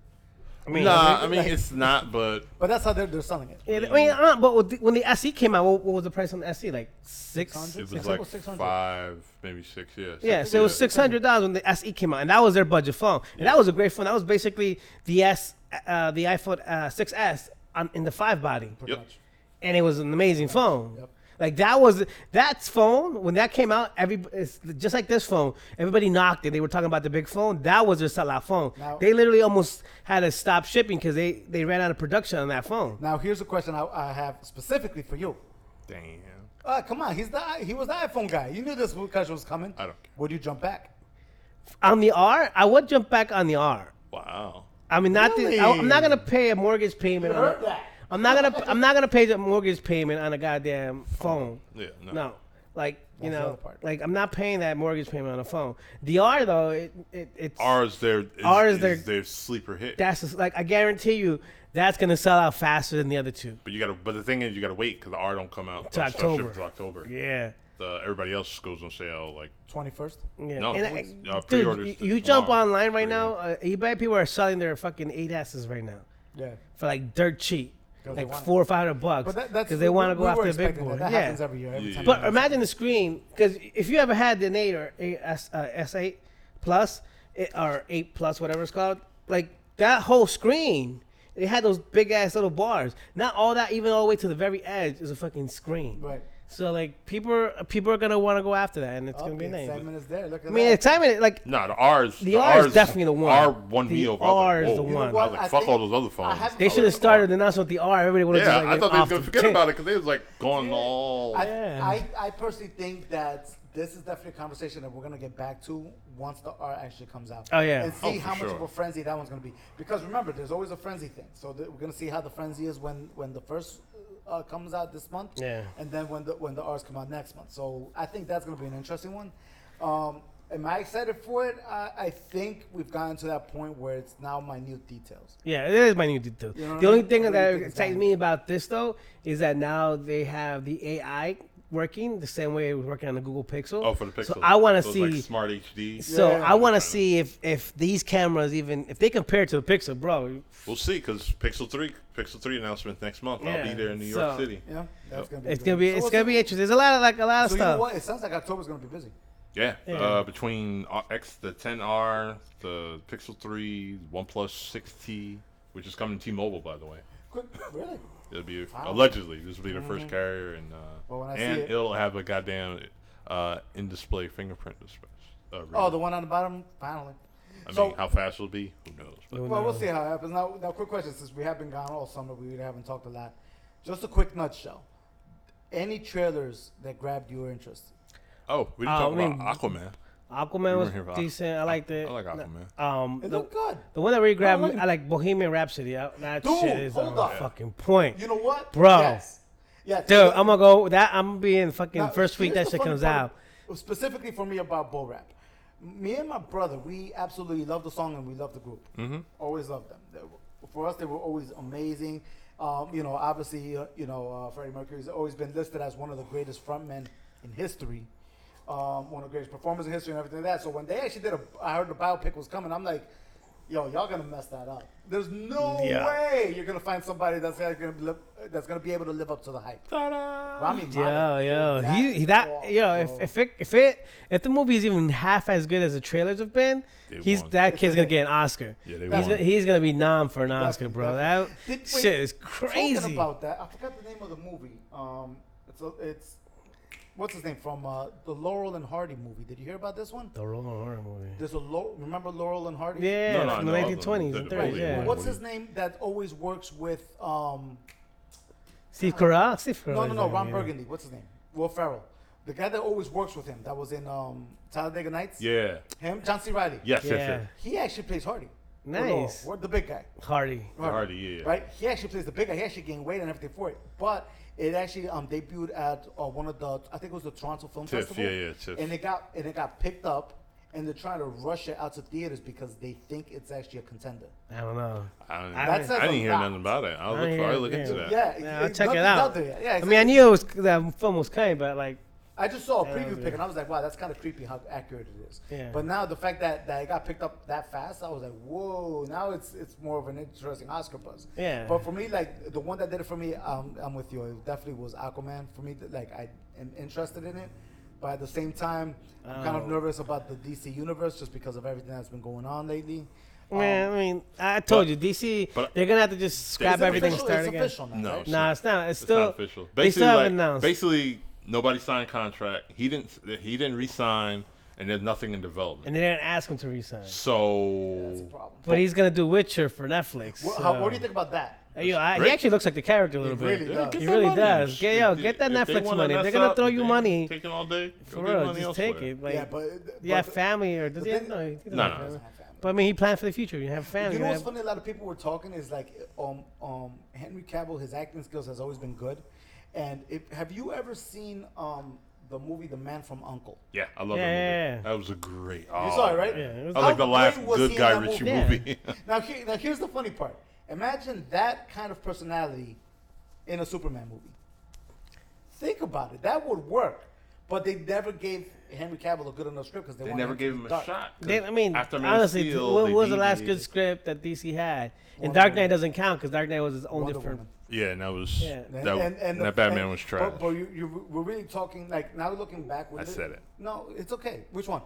S2: I mean,
S3: nah,
S1: like-
S3: I mean it's not, but
S1: But that's how they're, they're selling it.
S2: yeah, I mean, uh, but with the- when the SE came out, what, what was the price on the SE? Like six.
S1: 600?
S3: it
S1: Six
S3: was
S1: hundred,
S3: like
S1: six hundred.
S3: five, maybe six. Yeah.
S2: Yeah, so it was six hundred dollars when the SE came out, and that was their budget phone. And that was a great phone. That was basically the S, uh, the iPhone uh, 6S on, in the five body,
S1: pretty
S3: Yep.
S1: much.
S2: and it was an amazing phone.
S1: Yep.
S2: Like that was that phone when that came out. Every it's just like this phone, everybody knocked it. They were talking about the big phone. That was their sellout phone.
S1: Now-
S2: they literally almost had to stop shipping because they they ran out of production on that phone.
S1: Now here's a question I, I have specifically for you.
S3: Damn.
S1: Uh, come on, he's the i- he was the iPhone guy. You knew this question was coming.
S3: I don't care.
S1: Would you jump back?
S2: On the R, I would jump back on the R.
S3: Wow.
S2: I mean, not the, I, am not gonna pay a mortgage payment. on
S1: heard
S2: a,
S1: that.
S2: I'm not gonna I'm not gonna pay the mortgage payment on a goddamn phone.
S3: Yeah, no.
S2: like you
S1: That's the
S2: know,
S1: other part.
S2: like I'm not paying that mortgage payment on a phone. The R though, it, it it's
S3: R is their is,
S2: R is
S3: is
S2: their-
S3: their, sleeper hit.
S2: that's just, like I guarantee you that's gonna sell out faster than the other two.
S3: but you gotta. But the thing is, you gotta wait because the R don't come out
S2: To
S3: start shipping
S2: October.
S3: till October.
S2: Yeah,
S3: The- everybody else goes on sale like
S1: Twenty first.
S2: yeah.
S3: No,
S2: And
S3: it's,
S2: I-
S3: uh,
S2: dude,
S3: pre-orders
S2: you,
S3: to
S2: you jump
S3: tomorrow.
S2: online right
S3: Pretty
S2: now, uh, eBay people are selling their fucking eight asses right now
S1: Yeah.
S2: for like dirt cheap,
S1: 'Cause they
S2: like
S1: want it.
S2: four or five hundred bucks,
S1: But that, that's
S2: they
S1: we-
S2: want to
S1: we
S2: go after
S1: were
S2: the big
S1: expecting
S2: boy.
S1: That, that
S2: yeah.
S1: happens every year. Every
S3: Yeah,
S1: time
S3: yeah.
S1: that
S2: But
S1: happens.
S2: imagine the screen, because if you ever had the Nate or AS, uh, S8 Plus it, or 8 Plus, whatever it's called, like that whole screen, it had those big ass little bars. Not all that, even all the way to the very edge, is a fucking screen.
S1: Right.
S2: So like people, are- people are gonna want to go after that, and it's
S1: Oh,
S2: gonna be
S1: the
S2: nice.
S1: excitement is there. Look at
S2: I mean,
S1: that.
S2: excitement like
S3: No, the R is
S2: The R is definitely the one.
S3: R one
S2: The
S3: B over.
S2: R is the
S1: You know
S2: one.
S1: what?
S3: I was like,
S1: I
S3: fuck
S1: think-
S3: all those other
S1: I
S3: phones.
S1: haven't-
S2: they should have started the announcement with the R. Everybody would have
S3: Yeah,
S2: just
S3: I
S2: like
S3: thought they were
S2: off
S3: gonna
S2: the
S3: forget
S2: tip.
S3: about it because they was like going all.
S1: I,
S2: Yeah.
S1: I, I personally think that this is definitely a conversation that we're gonna get back to once the art actually comes out.
S2: Oh, yeah.
S1: and see
S3: Oh, for
S1: how much
S3: sure.
S1: of a frenzy that one's gonna be. Because remember, there's always a frenzy thing. So th- we're gonna see how the frenzy is when when the first uh, comes out this month.
S2: Yeah.
S1: and then when the when the arts come out next month. So I think that's gonna be an interesting one. Um, am I excited for it? I, I think we've gotten to that point where it's now minute details.
S2: Yeah, it is my new dude too.
S1: You know what
S2: the
S1: I
S2: only
S1: mean?
S2: thing
S1: I really
S2: that
S1: think it's
S2: excites
S1: valid.
S2: me about this though is that now they have the AI working the same way it was working on the Google Pixel.
S3: Oh, for the pixel.
S2: So I want to
S3: Those,
S2: see.
S3: like, smart HD.
S2: so
S1: Yeah.
S2: I want to see if if these cameras even if they compare to the Pixel, bro.
S3: We'll see because Pixel three, Pixel three announcement next month. I'll
S2: Yeah,
S3: be there in New York
S2: so-
S3: City.
S1: Yeah, that's gonna be.
S2: It's
S1: good.
S2: gonna be
S1: So
S2: it's
S1: what's-
S2: gonna be interesting. There's a lot of like a lot of
S1: So you know
S2: stuff.
S1: what? It sounds like October's gonna be busy.
S3: Yeah,
S2: Yeah.
S3: Uh, between uh, X, the 10R, the Pixel three, OnePlus 6T, which is coming to T-Mobile by the way.
S1: Quick, really?
S3: It'll be
S1: Wow. Mm-hmm.
S3: allegedly this will be the first carrier, and uh,
S1: Well, when I see
S3: and
S1: it-
S3: will have a goddamn uh, in-display fingerprint display. Uh,
S1: Oh,
S3: reader.
S1: the one on the bottom? Finally.
S3: I
S1: so-
S3: mean, how fast it'll be? Who knows? But
S1: Well, we'll see how it happens. Now, now, quick question since we have been gone all summer, we really haven't talked a lot. Just a quick nutshell. Any trailers that grabbed your interest?
S3: Oh, we didn't
S2: Uh,
S3: talk
S2: I mean,
S3: about Aquaman.
S2: Aquaman
S3: weren't here for
S2: was
S3: Aqu-
S2: decent. I liked
S3: I
S2: it.
S3: like Aquaman.
S2: Um,
S1: It
S2: the,
S1: looked good.
S2: the one that really grabbed
S1: like-
S2: me, I like Bohemian Rhapsody. I, that
S1: Dude,
S2: shit is
S1: hold
S2: on
S1: up.
S2: fucking point.
S1: You know what?
S2: Bro.
S1: Yes. Yes.
S2: Dude, I'm gonna go with that. I'm gonna be in fucking
S1: Now,
S2: first week
S1: here's the
S2: that shit
S1: funny
S2: comes
S1: part
S2: out.
S1: Specifically for me about Bo Rap. Me and my brother, we absolutely love the song and we love the group. Mm-hmm. Always loved them. They were- for us, they were always amazing. Um, you know, obviously, uh, you know, uh, Freddie Mercury's always been listed as one of the greatest frontmen in history, um, one of the greatest performers in history and everything like that. So when they actually did a, I heard the biopic was coming, I'm like, yo, y'all gonna mess that up. There's no
S2: Yeah.
S1: way you're gonna find somebody that's gonna be, li- that's gonna be able to live up to the hype. Rami Malek,
S2: Yeah,
S1: dude,
S2: yo, he, he
S1: oh,
S2: that yo, if,
S1: bro.
S2: if it if it if the movie is even half as good as the trailers have been,
S3: They
S2: he's
S3: won.
S2: that kid's gonna get an Oscar.
S3: Yeah, they
S2: he's,
S3: won.
S2: gonna, he's gonna be nom for an Oscar,
S1: Definitely,
S2: bro. That
S1: definitely. Did- wait,
S2: shit is
S1: Talking
S2: crazy.
S1: about that, I forgot the name of the movie. Um, it's a, it's what's his name from uh, the Laurel and Hardy movie. Did you hear about this one?
S2: The Roland Horror movie.
S1: There's a Lau- remember Laurel and Hardy?
S2: Yeah,
S3: No, no,
S2: from
S3: no,
S2: the
S3: the-
S2: 1920s and
S3: the-
S2: 30s.
S1: Right.
S2: yeah.
S1: What's his name that always works with um?
S2: Steve Carell? Steve
S1: No,
S2: Carell.
S1: no,
S2: is
S1: no,
S2: in
S1: Ron
S2: it.
S1: Burgundy. What's his name? Will Ferrell, the guy that always works with him. That was in um Talladega Nights.
S3: Yeah.
S1: Him, John C. Riley.
S3: Yes, yes,
S2: Yeah,
S3: yes.
S1: He actually plays Hardy. Or Laurel,
S2: nice.
S1: or the big guy.
S2: Hardy.
S3: Hardy, yeah.
S1: Right? He actually plays the big guy. He actually gained weight and everything for it. But it actually um, debuted at uh, one of the, I think it was the Toronto Film
S3: TIFF,
S1: Festival.
S3: yeah, yeah, TIFF.
S1: And it got and it got picked up, and they're trying to rush it out to theaters because they think it's actually a contender.
S2: I don't know.
S3: I, didn't,
S2: That
S3: I
S1: says
S3: didn't
S1: a
S3: hear
S1: lot.
S3: nothing about it. I'll
S2: I
S3: look,
S2: hear-
S3: for, I'll look
S2: yeah.
S3: into that.
S1: Yeah,
S2: Yeah, I'll
S1: it-
S2: check it
S1: nothing's
S2: out.
S1: there yet. Yeah,
S2: I mean, I
S1: exactly.
S2: knew it was that film was coming, but like,
S1: I just saw a
S2: Yeah,
S1: preview
S2: yeah.
S1: pic and I was like, wow, that's kind of creepy how accurate it is.
S2: Yeah.
S1: But now the fact that, that it got picked up that fast, I was like, whoa, now it's it's more of an interesting Oscar buzz.
S2: Yeah.
S1: But for me, like the one that did it for me, um, I'm with you. It definitely was Aquaman. For me, th- like I am interested in it, but at the same time, I'm kind of
S2: Oh.
S1: nervous about the DC universe just because of everything that's been going on lately. Um,
S2: Man, I mean, I told
S3: but-
S2: you, DC.
S3: but-
S2: they're gonna have to just scrap
S3: Is it
S2: everything and
S1: official?
S2: start
S1: it's
S2: again.
S1: official now.
S3: No,
S1: right?
S3: it's
S2: Nah,
S3: not.
S2: it's not. It's
S3: It's
S2: still
S3: not official. Basically,
S2: They still haven't
S3: like,
S2: announced.
S3: basically nobody signed contract. He didn't. He didn't resign, and there's nothing in development.
S2: and they didn't ask him to resign.
S1: That's a
S3: so
S1: problem.
S2: But he's gonna do Witcher for Netflix.
S1: What, how,
S2: so-
S1: what do you think about that?
S2: Hey, yo, I, he
S3: Great.
S2: actually looks like the character a little
S1: He
S2: bit.
S1: really
S3: Yeah,
S1: does.
S3: get
S2: He
S3: that
S2: really
S3: money.
S2: does. Get- yo,
S3: If-
S2: get that
S3: if they
S2: Netflix
S3: wanna
S2: money. If
S3: mess
S2: they're gonna
S3: up,
S2: throw
S3: if
S2: you
S3: they
S2: money,
S3: Take it all day.
S2: For
S3: go get
S2: real,
S3: money
S2: just
S3: elsewhere.
S2: take it. Like,
S1: yeah, but
S2: you have
S1: but-
S2: family or does he have,
S1: thing-
S2: no? He doesn't
S3: No,
S2: have
S3: no.
S2: family.
S1: Doesn't have family.
S2: But I mean, he planned for the future. You have family.
S1: You know
S2: you
S1: what's
S2: have-
S1: funny? A lot of people were talking is like um um Henry Cavill. His acting skills has always been good. And if, have you ever seen um the movie The Man from Uncle?
S3: Yeah, I love
S2: Yeah.
S3: that movie. That was a great. Oh,
S1: You saw it, right?
S2: Yeah, it was-
S3: That was like
S1: How
S3: the last
S1: great was he
S3: good
S1: in
S3: Guy
S1: that
S3: Ritchie
S2: movie? Yeah.
S3: movie.
S1: Now, here, now here's the funny part. Imagine that kind of personality in a Superman movie. Think about it. That would work. But they never gave Henry Cavill a good enough script because they,
S3: they
S1: wanted
S3: never
S1: to
S3: gave
S1: be
S3: him a
S1: dark.
S3: shot. 'cause
S2: They, I mean,
S3: after Man of
S2: honestly, th-
S3: Steel,
S2: what
S3: they
S2: was the last good
S3: deviated.
S2: script that DC had? And
S1: Wonder
S2: Dark Knight
S1: Woman.
S2: doesn't count because Dark Knight was his own
S1: Wonder
S2: different.
S1: Woman.
S3: Yeah, and that was
S2: Yeah.
S3: that,
S1: the-
S3: that Batman
S1: and-
S3: was trash.
S1: But, but you, you we're really talking like now looking back. with
S3: I
S1: the-
S3: said it.
S1: No, it's okay. Which one?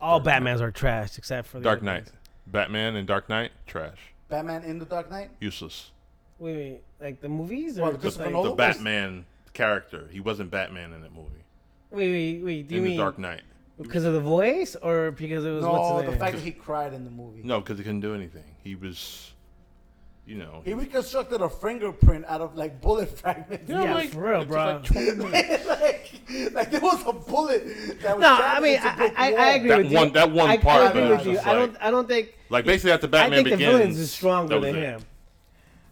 S2: All Batmans are trash except for the
S3: Dark
S2: other
S3: Knight,
S2: ones.
S3: Batman and Dark Knight, trash,
S1: Batman in the Dark Knight.
S3: useless.
S2: Wait, wait, like the movies or
S1: Well,
S2: just
S1: Christopher
S2: like,
S1: Nolan?
S3: The
S1: was-
S3: Batman character, he wasn't Batman in that movie.
S2: wait, wait, wait. Do you
S3: in the
S2: mean
S3: Dark Knight,
S2: because of the voice or because it was
S1: No,
S2: what's
S1: the
S2: his name?
S1: fact that he cried in the movie.
S3: no, because he couldn't do anything. He was, you know,
S1: He reconstructed a fingerprint out of like bullet fragments.
S2: Yeah, for real,
S3: it took,
S2: bro.
S3: like, 20 minutes.
S1: like, like there was a bullet that was
S2: No,
S1: jammed
S2: I mean,
S1: into
S2: I,
S1: Brooke
S2: I, I
S1: Wall.
S2: agree
S3: That
S2: with you.
S3: one- that one
S2: I,
S3: part
S2: I
S1: of
S2: agree
S1: it
S2: with
S1: was
S2: you.
S3: just
S2: I
S3: like-
S2: don't, I don't think.
S3: Like basically after
S2: I
S3: Batman
S2: think
S3: Begins,
S2: the villains is
S3: that
S2: stronger
S3: was
S2: than
S3: it.
S2: him.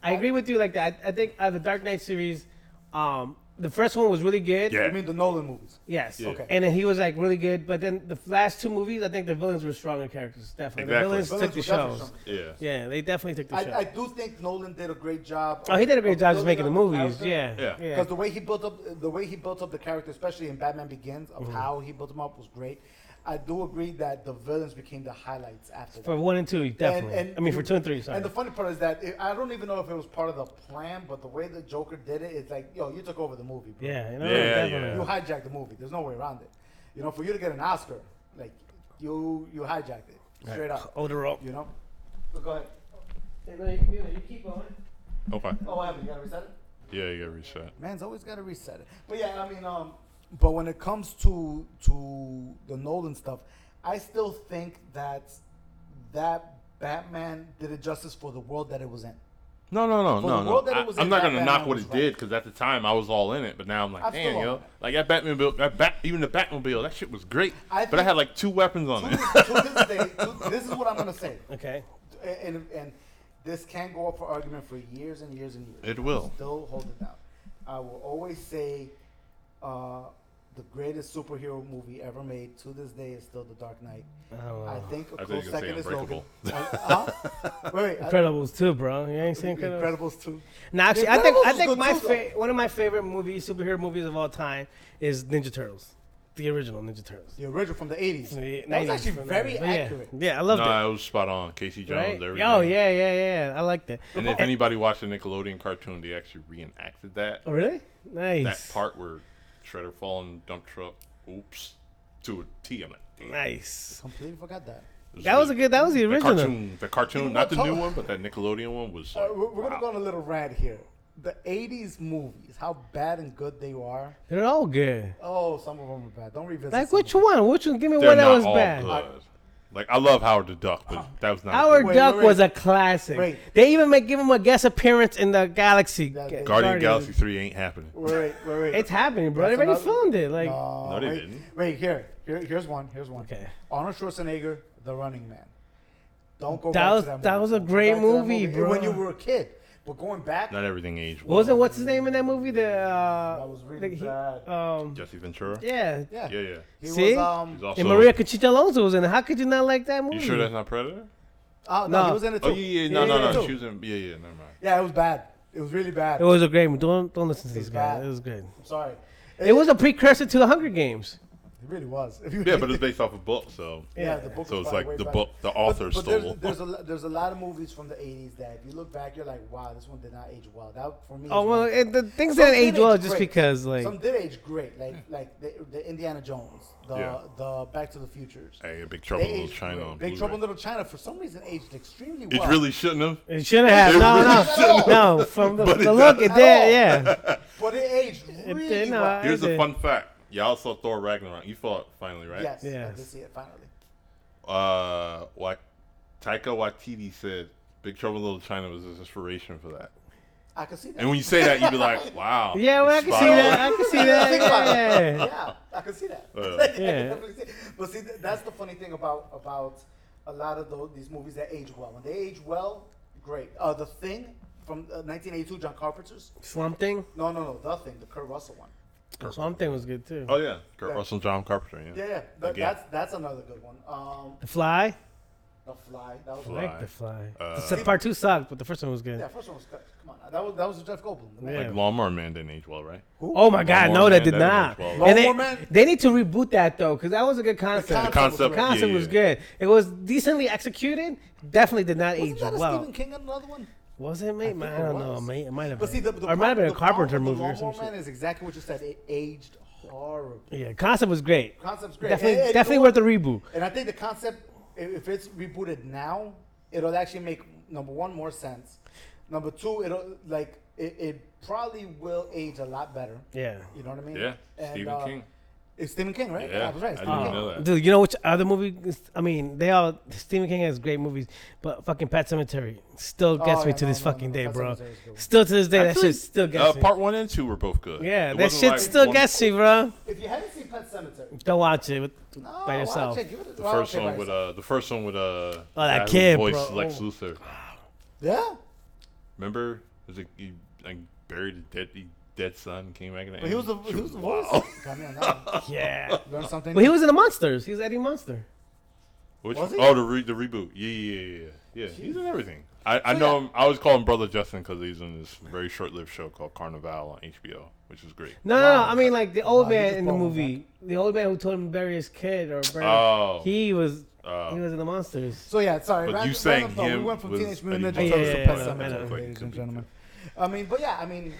S2: I agree with you like that. I, I think uh, the Dark Knight series, um, the first one was really good.
S3: Yeah.
S1: You mean the Nolan movies?
S2: Yes.
S3: Yeah.
S1: Okay.
S2: And then he was like really good, but then the last two movies, I think the villains were stronger characters. Definitely,
S3: Exactly.
S2: the villains,
S1: Villains
S2: took the
S1: were definitely
S2: shows.
S1: stronger.
S3: Yeah.
S2: Yeah, they definitely took the show.
S1: I, I do think Nolan did a great job.
S2: oh, he did a great job just making the movies.
S1: character.
S2: Yeah.
S3: Yeah.
S1: Because the way he built up, the way he built up the character, especially in Batman Begins, of
S2: Mm-hmm.
S1: how he built him up was great. I do agree that the villains became the highlights after that.
S2: For one and two, definitely. I mean, for two and three, sorry.
S1: And the funny part is that it, I don't even know if it was part of the plan, but the way the Joker did it, it's like, yo, you took over the movie, bro.
S2: yeah, you know,
S3: Yeah,
S2: definitely.
S3: yeah.
S1: You hijacked the movie. There's no way around it. You know, for you to get an Oscar, like you you hijacked it straight up.
S2: Hold the rope.
S1: You know. But go ahead.
S2: You keep going.
S3: Okay.
S1: Oh, what happened? You gotta reset it.
S3: Yeah, you got reset.
S1: Man's always gotta reset it. But yeah, I mean, um, but when it comes to to the Nolan stuff, I still think that that Batman did it justice for the world that it was in.
S3: No, no, no,
S1: For
S3: no,
S1: the
S3: no.
S1: world that it was
S3: I, am
S1: in,
S3: not
S1: that
S3: gonna knock
S1: Batman
S3: what
S1: was
S3: it
S1: right.
S3: did because at the time I was all in it, but now I'm like,
S1: I'm still
S3: damn,
S1: all
S3: yo,
S1: in it.
S3: like that Batman built that Bat, even the Batmobile, that shit was great.
S1: I
S3: but I
S1: think-
S3: had like two weapons on
S1: to,
S3: it.
S1: to this day, to- this is what I'm gonna say,
S2: Okay.
S1: and, and this can go up for argument for years and years and years.
S3: It will.
S1: Still hold it down. I will always say, uh, the greatest superhero movie ever made to this day is still The Dark Knight.
S2: Oh,
S1: I
S2: wow.
S1: think a
S3: I thought
S1: close
S3: you were gonna
S1: second
S3: say
S1: is Logan.
S3: Unbreakable.
S1: Uh, huh? Wait, wait, I-
S2: Incredibles too, bro. You ain't seen Incredibles.
S1: Incredibles too.
S2: No, actually,
S1: The
S2: I think
S1: Incredibles
S2: I
S1: is
S2: think
S1: good
S2: my
S1: too, though.
S2: fa- one of my favorite movies, superhero movies of all time, is Ninja Turtles, the original Ninja Turtles.
S1: The original from the 80s.
S2: The
S1: that was
S2: 90s,
S1: actually
S2: from
S1: very
S2: the 90s.
S1: accurate.
S2: Yeah, yeah I
S3: no,
S2: loved
S3: I was spot on. Casey
S2: it.
S3: Jones,
S2: Right?
S3: everything.
S2: Oh yeah, yeah, yeah. I liked it.
S3: And if anybody watched the Nickelodeon cartoon, they actually reenacted that
S2: Oh, really? Nice.
S3: that part where Shredder falling dump truck, oops, to a T. I'm like, damn.
S2: Nice.
S1: Completely forgot that.
S3: It
S2: That was a
S3: really-
S2: good. That was the
S3: The
S2: original.
S3: cartoon, the cartoon, not the
S1: Talk-
S3: new one, but that Nickelodeon one was.
S1: Uh,
S3: Like,
S1: we're, we're gonna
S3: wow.
S1: go on a little rant here. The 80s movies, how bad and good they are.
S2: They're all good.
S1: Oh, some of them are bad. Don't revisit.
S2: Like
S1: some
S2: which
S1: of
S2: one? Which one? Give me
S3: They're
S2: one that
S3: not
S2: was
S3: all
S2: bad.
S3: good. Like I love Howard the Duck, but that was not. a
S2: Howard
S3: good
S1: Wait,
S2: Duck
S1: wait, wait.
S2: was a classic.
S1: Wait.
S2: They even make, give him a guest appearance in the Galaxy.
S1: Yeah,
S2: Ga-
S1: they-
S3: Guardian
S2: Guardians.
S3: Galaxy Three ain't happening.
S1: them. Wait, wait, wait.
S2: It's happening, bro.
S1: That's
S2: they already
S1: another-
S2: filmed it. Like,
S1: No,
S3: No, they
S1: wait,
S3: didn't.
S1: Wait, here, here, here's one. Here's one.
S2: Okay.
S1: Arnold Schwarzenegger, The Running Man. Don't go
S2: That
S1: back
S2: was-
S1: to that movie.
S2: that was a
S1: Don't go
S2: great
S1: back to that
S2: movie,
S1: And When you
S2: bro.
S1: were a kid, but going back,
S3: Not everything aged well.
S2: wasn't what's his name in that movie? The uh,
S1: That was really
S2: the- he-
S1: bad.
S2: Um,
S3: Jesse Ventura?
S2: yeah.
S1: yeah,
S3: yeah. yeah.
S1: he
S2: See?
S1: was.
S3: He's
S1: Um,
S3: also,
S2: And Maria Conchita Alonso was in it. How could you not like that movie?
S3: You sure that's not Predator?
S1: oh, no,
S2: No.
S1: he was in it too.
S3: Oh yeah, yeah, no,
S1: He was in
S3: no,
S1: it
S3: no.
S1: too.
S3: She was in. Yeah, yeah. Never mind.
S1: Yeah, it was bad. It was really bad.
S2: It was a great movie. Don't don't listen to
S1: was
S2: these guys.
S1: bad.
S2: It was good.
S1: I'm sorry.
S2: It was a precursor to the Hunger Games.
S1: It really was. If you
S3: Yeah, but it's based off a book, so
S1: yeah, the book.
S3: So
S1: was probably
S3: it's like
S1: way
S3: the
S1: back.
S3: book- the
S1: But-
S3: author
S1: but there's-
S3: stole.
S1: There's, a, lo- there's a lot of movies from the '80s that if you look back, you're like, wow, this one did not age well. That for me.
S2: Oh
S1: is
S2: well,
S1: one-
S2: it, the things
S1: Some
S2: that
S1: did
S2: age well just
S1: great.
S2: because like
S1: some did age great, like like the, the Indiana Jones, the
S3: Yeah.
S1: the Back to the Futures.
S3: hey, Big Trouble in
S1: They
S3: Little
S1: aged
S3: China.
S1: great.
S3: on
S1: Big Trouble in
S3: Blu-ray.
S1: Little China for some reason aged extremely
S3: It
S1: well.
S3: really shouldn't have.
S2: it shouldn't have. No,
S1: really
S2: no, no. From the,
S3: But it
S2: the look, it
S1: At
S2: did.
S1: all.
S2: Yeah.
S1: But it aged
S2: It
S1: really
S2: did
S1: well.
S2: not.
S3: Here's
S2: did.
S3: a fun fact. Y'all saw Thor Ragnarok. You saw it finally, right?
S1: Yes, I
S2: Yes.
S1: did see it finally.
S3: Uh, Wa- Taika Waititi said Big Trouble in Little China was his inspiration for that.
S1: I could see that.
S3: And when you say that, you'd be like, wow.
S2: Yeah, well, I
S3: it's
S2: can
S3: spot
S2: see
S3: on.
S2: that. I can see
S1: Think about it.
S2: that. Yeah.
S1: Yeah, I can see that.
S3: Yeah.
S1: I can
S2: Yeah.
S1: definitely see it. But see, th- that's the funny thing about about a lot of tho- these movies that age well. When they age well, great. Uh, the Thing from uh, 1982, John Carpenter's.
S2: Swamp Thing.
S1: No, no, no, The Thing, the Kurt Russell one.
S2: Swamp Thing was good too.
S3: Oh, yeah. Kurt
S1: Yeah.
S3: Russell, John Carpenter. Yeah.
S1: Yeah, yeah, that,
S3: Again.
S1: that's that's another good one. Um,
S2: The Fly.
S1: The Fly. That was
S2: I
S3: Fly.
S2: like The Fly.
S3: Uh,
S2: The se- part two sucked, but the first one was good.
S1: Yeah, first one was good. Come on, that was that was Jeff Goldblum. the man.
S2: Yeah.
S3: Like Lawnmower Man didn't age well, right?
S2: Oh my God, no,
S3: Lawnmower
S2: that
S3: Man,
S2: did not.
S3: that was
S2: And
S1: Lawnmower
S2: they,
S1: Man?
S2: they need to reboot that though, because that was a good concept.
S3: The
S1: Concept was
S3: concept,
S1: great.
S2: The concept
S3: yeah,
S2: was
S3: yeah.
S2: good. It was decently executed. Definitely did not
S1: Wasn't
S2: age
S1: that a
S2: well.
S1: Stephen King another one?
S2: Was it, mate?
S1: think
S2: I,
S1: it
S2: don't
S1: was.
S2: know, mate. It might have been.
S1: But see, the, the
S2: or it might have been a
S1: problem- the
S2: Carpenter
S1: problem with
S2: movie or
S1: The
S2: some
S1: Lawnmower
S2: shit.
S1: Man is exactly what you said. It aged horribly.
S2: Yeah, concept was great.
S1: Concept's great.
S2: Definitely,
S1: And- and you
S2: definitely
S1: know
S2: worth
S1: what?
S2: a reboot.
S1: And I think the concept, i- if it's rebooted now, it'll actually make number one more sense. Number two, it'll like it, it probably will age a lot better.
S2: Yeah.
S1: You know what I mean?
S3: Yeah,
S1: And,
S3: Stephen
S1: uh,
S3: King.
S1: It's Stephen King, right?
S3: Yeah,
S1: I was right.
S3: I
S1: Stephen
S3: didn't
S1: King.
S3: know that.
S2: Oh. Dude, you know which other movie? is- I mean, they all Stephen King has great movies, but fucking Pet Cemetery still
S1: Oh,
S2: gets me
S1: yeah,
S2: to
S1: no,
S2: this
S1: no, no,
S2: fucking
S1: no,
S2: day,
S1: Pet
S2: bro.
S1: Sematary is good.
S2: Still to this day,
S3: Actually,
S2: that shit still gets
S3: Uh,
S2: me.
S3: part one and two were both good.
S2: yeah,
S3: It
S2: that
S3: wasn't
S2: shit
S3: like
S2: still
S3: one-
S2: gets me, bro.
S1: If you haven't seen Pet Cemetery,
S2: Don't watch it with,
S1: no,
S2: by
S1: watch
S2: yourself.
S1: it. Give it a-
S3: The
S1: well,
S3: first
S1: okay, by
S3: one with
S1: yourself.
S3: uh, the first one with uh, oh
S2: that kid,
S3: voiced
S2: bro.
S3: Lex
S2: Oh.
S3: Luthor.
S1: yeah.
S3: Remember, it was like he like, buried a dead he, dead son, came back and
S1: But he was the he was the voice. Got me on that one.
S2: Yeah.
S1: Learn something.
S2: But he was in the Monsters. He was Eddie Monster.
S3: Which,
S1: Was he?
S3: Oh, the re- the reboot. Yeah, yeah, yeah, yeah. yeah he's in everything. I, I know him. I always call him Brother Justin because he's in this very short-lived show called Carnival on HBO, which is great.
S2: No, no, no. I mean, like the old
S1: Wow, you
S2: man
S1: just
S2: in the
S1: brought one
S2: movie, the old man who told him to bury his kid or bury.
S3: Oh.
S2: He was.
S3: Oh.
S2: He was in the Monsters.
S1: So yeah, sorry.
S3: But
S1: random-
S3: you saying
S1: random thought.
S3: him
S1: We went from
S3: was
S1: Teenage
S3: Eddie
S1: Mutant Ninja
S3: Murphy.
S1: Turtles
S2: Yeah,
S1: to
S2: yeah,
S1: Pet
S2: yeah,
S1: Sematary,
S2: yeah, yeah.
S1: ladies
S3: Could
S1: and
S3: be
S1: gentlemen. I mean, but yeah, I mean,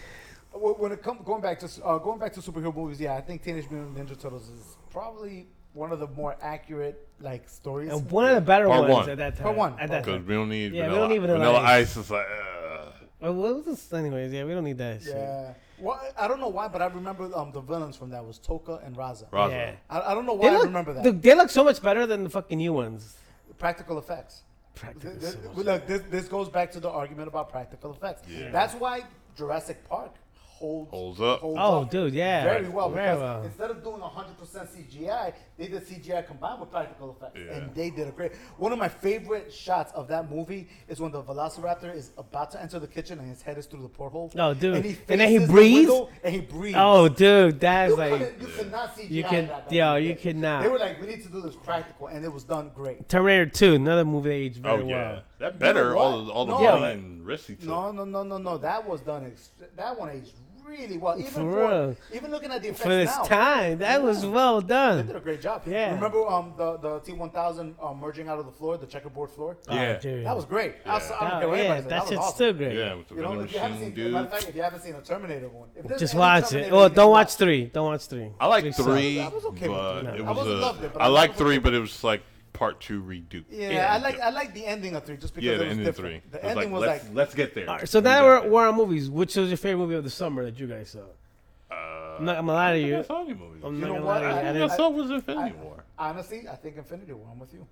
S1: wh- when it comes going back to s- uh, going back to superhero movies, yeah, I think Teenage Mutant Ninja Turtles is probably one of the more accurate like stories.
S2: And one of the better
S3: Part
S2: ones
S3: one.
S2: at that time.
S1: Part one.
S2: At that
S3: Because
S2: time.
S3: we don't need
S2: Yeah, we
S3: vanilla,
S2: don't need Vanilla
S3: vanilla
S2: Ice.
S3: ice. is like uh,
S2: Well, what was this? Anyways, yeah, we don't need that shit.
S1: yeah. Well, I don't know why, but I remember um, the villains from that was Toka and Raza.
S3: Raza.
S2: Yeah.
S1: I, I don't know why
S2: They
S1: I
S2: look,
S1: remember that.
S2: the- they look so much better than the fucking new ones.
S1: practical effects. Th-
S2: Practically
S1: th-
S2: so much.
S1: Look, this, this goes back to the argument about practical effects.
S3: Yeah.
S1: That's why Jurassic Park holds
S3: Holds up.
S2: Oh, dude, yeah.
S1: very well.
S2: Very
S1: because
S2: well.
S1: Instead of doing 100% CGI, they did CGI combined with practical effects,
S3: Yeah.
S1: and they did a great. One of my favorite shots of that movie is when the Velociraptor is about to enter the kitchen and his head is through the porthole.
S2: Oh, dude. And then
S1: faces
S2: he
S1: the
S2: breathes?
S1: window and he breathes.
S2: Oh, dude, that's
S1: You,
S2: like
S1: couldn't- you could not CGI
S2: You
S1: that.
S2: could-
S1: back
S2: yeah,
S1: in the
S2: you
S1: day.
S2: could not.
S1: They were like, we need to do this practical, and it was done great.
S2: Terminator 2, another movie that aged
S3: oh
S2: very
S3: yeah,
S2: well.
S3: that better.
S1: what?
S3: all the all the
S1: No.
S3: no,
S1: Yeah,
S3: and risky too.
S1: No, no, no, no, no. That was done. Ex- that one aged really well. Even
S2: For
S1: for,
S2: real.
S1: even looking at the effects
S2: For this
S1: now,
S2: time, that was well
S1: they
S2: done.
S1: did a great job.
S2: Yeah.
S1: Remember um the the T one thousand um, merging out of the floor, the checkerboard floor.
S2: Oh,
S3: Yeah.
S2: dude.
S1: That was great. I was- I don't
S2: That-
S1: care what
S2: yeah,
S1: anybody says.
S2: that,
S1: That was
S2: shit's
S1: awesome.
S2: still great.
S3: Yeah, with the
S1: You know,
S3: vending
S1: if you haven't seen,
S3: machine
S1: dude. matter
S3: dude.
S1: of fact, if you haven't seen the Terminator one, if there's
S2: Just
S1: any
S2: watch it.
S1: Terminator
S2: Oh,
S1: you can
S2: don't watch three. Don't watch three.
S3: I like
S2: Three's
S3: three,
S1: uh, I was okay with
S3: but
S1: three.
S3: it
S1: I
S3: was
S1: wasn't
S3: a-
S1: loved it, but
S3: I
S1: I
S3: like
S1: was okay
S3: three,
S1: with
S3: but it was like part two redo.
S1: Yeah, I like I like the ending of three just because
S3: yeah,
S1: it
S3: the
S1: was
S3: ending of three.
S1: different. The
S3: It was
S1: ending was like,
S3: let's, let's get there.
S2: All right, so now
S3: We got
S2: we're,
S3: there.
S2: we're on movies. Which was your favorite movie of the summer that you guys saw? I'm not I'm gonna lie to
S3: Yeah,
S2: you.
S3: it's all new
S1: Oh
S3: movies.
S2: I'm
S3: You
S2: not
S3: know
S2: gonna
S3: what?
S2: lie to you. I
S3: I think
S2: didn't-
S3: I saw was Infinity War.
S1: honestly, I think Infinity War. I'm with you.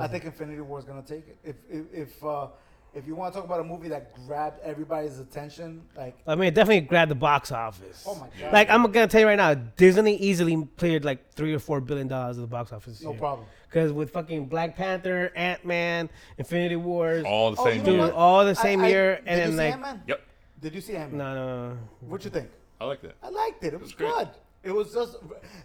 S1: I think Infinity War is gonna take it. If if if, uh, if you want to talk about a movie that grabbed everybody's attention, like
S2: I mean, it definitely grabbed the box office.
S1: Oh my God.
S2: Like I'm gonna tell you right now, Disney easily cleared like three or four billion dollars of the box office. this
S1: No
S2: year.
S1: problem.
S2: Because with fucking Black Panther, Ant Man, Infinity Wars,
S3: All the
S1: Oh,
S3: same
S1: you know
S2: dude,
S3: year.
S1: what?
S2: all the same
S1: I- I-
S2: year,
S1: did
S2: and
S1: you
S2: then
S1: see
S2: like,
S1: Ant-Man?
S3: Yep,
S1: Did you see Ant-Man?
S2: no, no, no, no.
S1: What you think?
S3: I like that.
S1: I liked it. It was,
S3: was great.
S1: good. It was just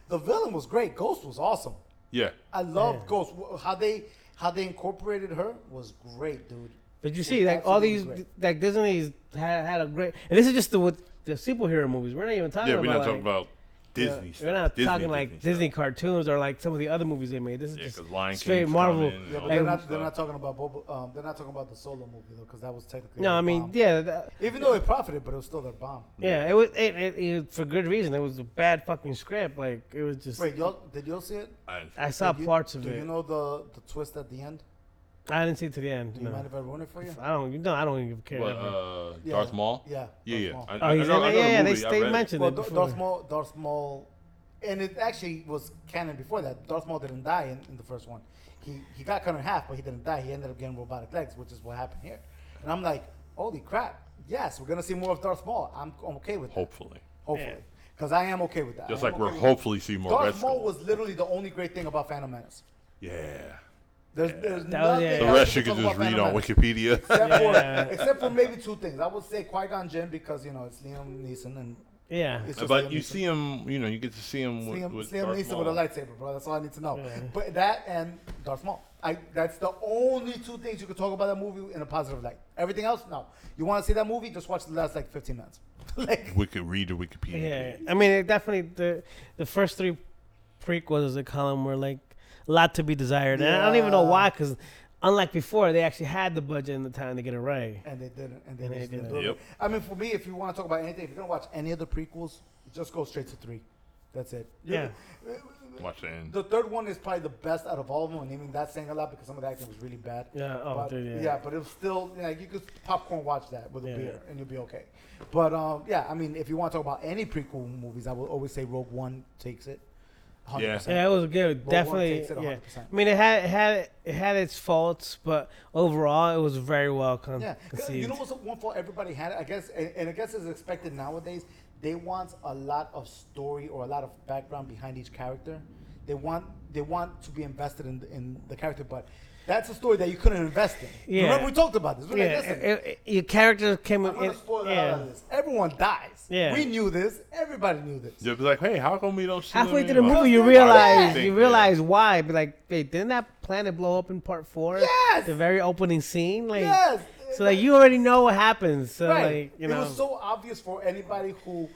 S1: the villain was great. Ghost was awesome.
S3: Yeah,
S1: I loved Ghost. Wh- How they how they incorporated her was great, dude.
S2: But you
S1: It
S2: see,
S1: was
S2: like all these,
S1: absolutely great.
S2: like Disney's had had a great, and this is just the with the superhero movies. We're not even talking
S3: yeah.
S2: about.
S3: We're not
S2: like,
S3: talking about Disney.
S2: We're not
S3: Disney,
S2: talking like Disney,
S3: stuff.
S2: cartoons or like some of the other movies they made. This is
S3: Yeah,
S2: just
S3: because Lion King.
S2: straight Marvel.
S1: Yeah, but
S2: And-
S1: they're not, they're not talking about Boba, um, they're not talking about the solo movie though, because that was technically
S2: No,
S1: their
S2: I mean,
S1: bomb.
S2: yeah, that,
S1: even though it profited, but it was still their bomb.
S2: yeah. It was it, it, it- for good reason. It was a bad fucking script. Like it was just.
S1: Wait, y'all did y'all see it?
S2: I saw
S1: Did you-
S2: parts of
S1: do
S2: it.
S1: you know the the twist at the end?
S2: I didn't see it to the end.
S1: Do you
S2: no.
S1: mind if I ruin it for you?
S2: I don't. No, I don't even care. Oh,
S3: What,
S2: ever.
S3: uh,
S1: Yeah.
S3: Darth Maul?
S1: Yeah,
S3: Yeah, yeah.
S1: Darth
S3: I,
S1: Maul.
S2: oh,
S3: I, I
S2: he's
S3: know,
S2: in
S3: I
S2: it. Yeah,
S3: know
S2: yeah.
S3: the
S2: They,
S3: movie. I
S2: they
S3: read it.
S2: mentioned
S1: Well,
S2: it.
S1: Dar-
S2: before.
S1: Darth Maul, Darth Maul, and it actually was canon before that. Darth Maul didn't die in, in the first one. He he got cut in half, but he didn't die. He ended up getting robotic legs, which is what happened here. And I'm like, holy crap! Yes, we're gonna see more of Darth Maul. I'm, I'm okay with that.
S3: Hopefully.
S1: Hopefully, because I am okay with that.
S3: Just
S1: I am
S3: like we're
S1: okay with that.
S3: hopefully see more Red
S1: Darth Maul
S3: Skull.
S1: was literally the only great thing about Phantom Menace.
S3: yeah.
S1: There's, there's
S2: That was-
S1: nothing
S2: yeah.
S1: else
S3: The rest
S1: to
S3: you can
S1: talk
S3: just
S1: about
S3: read
S1: Phantom
S3: on
S1: Menace.
S3: Wikipedia.
S1: Except
S2: Yeah.
S1: for, except for maybe two things. I would say Qui Gon Jinn because you know it's Liam Neeson and
S2: yeah.
S1: it's just
S3: but
S1: Liam
S3: you
S1: Neeson.
S3: see him, you know, you get to see him with,
S1: Liam,
S3: with
S1: Liam
S3: Darth
S1: Neeson
S3: Maul.
S1: with a lightsaber, bro. That's all I need to know.
S2: Yeah.
S1: But that and Darth Maul. I, that's the only two things you could talk about that movie in a positive light. Everything else, no. You want to see that movie? Just watch the last like 15 minutes. like,
S3: We could read the Wikipedia.
S2: Yeah, I mean, it definitely the the first three prequels, as they call them, were like a lot to be desired, and I don't even know
S1: Yeah.
S2: why, because unlike before, they actually had the budget and the time to get it right.
S1: and they didn't. And they,
S2: And they
S1: just didn't.
S2: didn't.
S1: do it.
S3: Yep.
S1: I mean, for me, if you want to talk about anything, if you're gonna watch any of the prequels, just go straight to three. That's it.
S2: Yeah.
S3: Watch the end.
S1: The third one is probably the best out of all of them, and even that's saying a lot because some of the acting was really bad.
S2: Yeah, oh,
S1: but,
S2: dude, yeah.
S1: but it was still like you could popcorn watch that with a
S2: Yeah.
S1: beer and you'll be okay. But um, yeah, I mean, if you want to talk about any prequel movies, I will always say Rogue One takes it. 100%.
S2: Yeah, it was good.
S1: Rogue One
S2: definitely.
S1: takes it
S2: Yeah.
S1: 100%.
S2: I mean, it had it had it had its faults, but overall, it was very well con-
S1: Yeah, 'cause
S2: conceived.
S1: you know what's the one fault everybody had? I guess, and, and I guess is expected nowadays. They want a lot of story or a lot of background behind each character. They want they want to be invested in the, in the character, but that's a story that you couldn't invest in.
S2: Yeah.
S1: Remember, we talked about this. We're
S2: yeah,
S1: like, listen,
S2: it- it- your characters came.
S1: I'm gonna
S2: in-
S1: spoil the hell
S2: yeah.
S1: out of this. Everyone dies.
S2: Yeah.
S1: we knew this. Everybody knew this.
S3: They'll be like, hey, how come we don't see
S2: Halfway
S3: them
S2: through the
S3: anymore?
S2: movie, you
S1: Yeah.
S2: realize
S3: Yeah.
S2: you realize why. Be like, wait, didn't that planet blow up in part four?
S1: Yes!
S2: The very opening scene, like,
S1: Yes.
S2: so like you already know what happens. So
S1: right.
S2: like, you
S1: it
S2: know,
S1: was so obvious for anybody who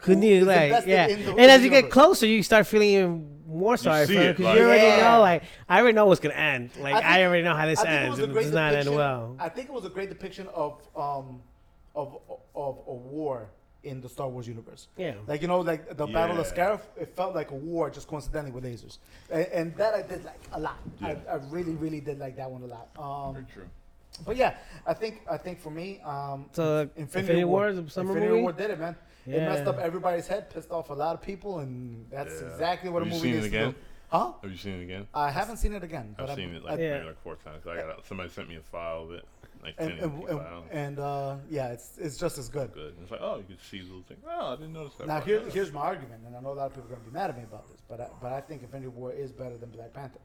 S2: could
S1: who
S2: you
S1: is
S2: like,
S1: invested
S2: yeah.
S1: in the-
S2: and as
S1: the
S2: you get
S1: universe.
S2: closer, you start feeling even more sorry for
S3: see
S2: it
S3: it,
S2: because
S3: like-
S2: you already
S1: Yeah.
S2: know, like, I already know what's gonna end. Like, I,
S1: think-
S2: already know how this
S1: I think it
S2: ends.
S1: was a
S2: and It
S1: great
S2: does not end
S1: depiction-
S2: well.
S1: I think it was a great depiction of um of of a war in the Star Wars universe.
S2: Yeah.
S1: Like you know, like the Battle of
S3: Yeah.
S1: Scarif, it felt like a war just coincidentally with lasers, and, and that I did like a lot. I, I really, really did like that one a lot. Um,
S3: Very true.
S1: but yeah, I think I think for me, um,
S2: So Infinity, War, is a summer
S1: Infinity
S2: movie.
S1: War did it, man. It messed
S2: Yeah.
S1: up everybody's head, pissed off a lot of people, and that's
S3: Yeah.
S1: exactly what
S3: Have
S1: a
S3: you
S1: movie
S3: seen it
S1: needs to
S3: again?
S1: do. Huh?
S3: Have you seen it again?
S1: I haven't seen it again.
S3: I've
S1: but
S3: seen
S1: I,
S3: it like,
S1: I,
S2: Yeah.
S3: maybe like four times. I got out, somebody sent me a file of it. Like
S1: and,
S3: 10
S1: and,
S3: MP
S1: and,
S3: files.
S1: and, uh, yeah, it's it's just as good.
S3: Good. And It's like, oh, you could see the little thing. Oh, I didn't notice that.
S1: Now
S3: part.
S1: here, here's my argument, and I know a lot of people are gonna be mad at me about this, but I, but I think Infinity War is better than Black Panther.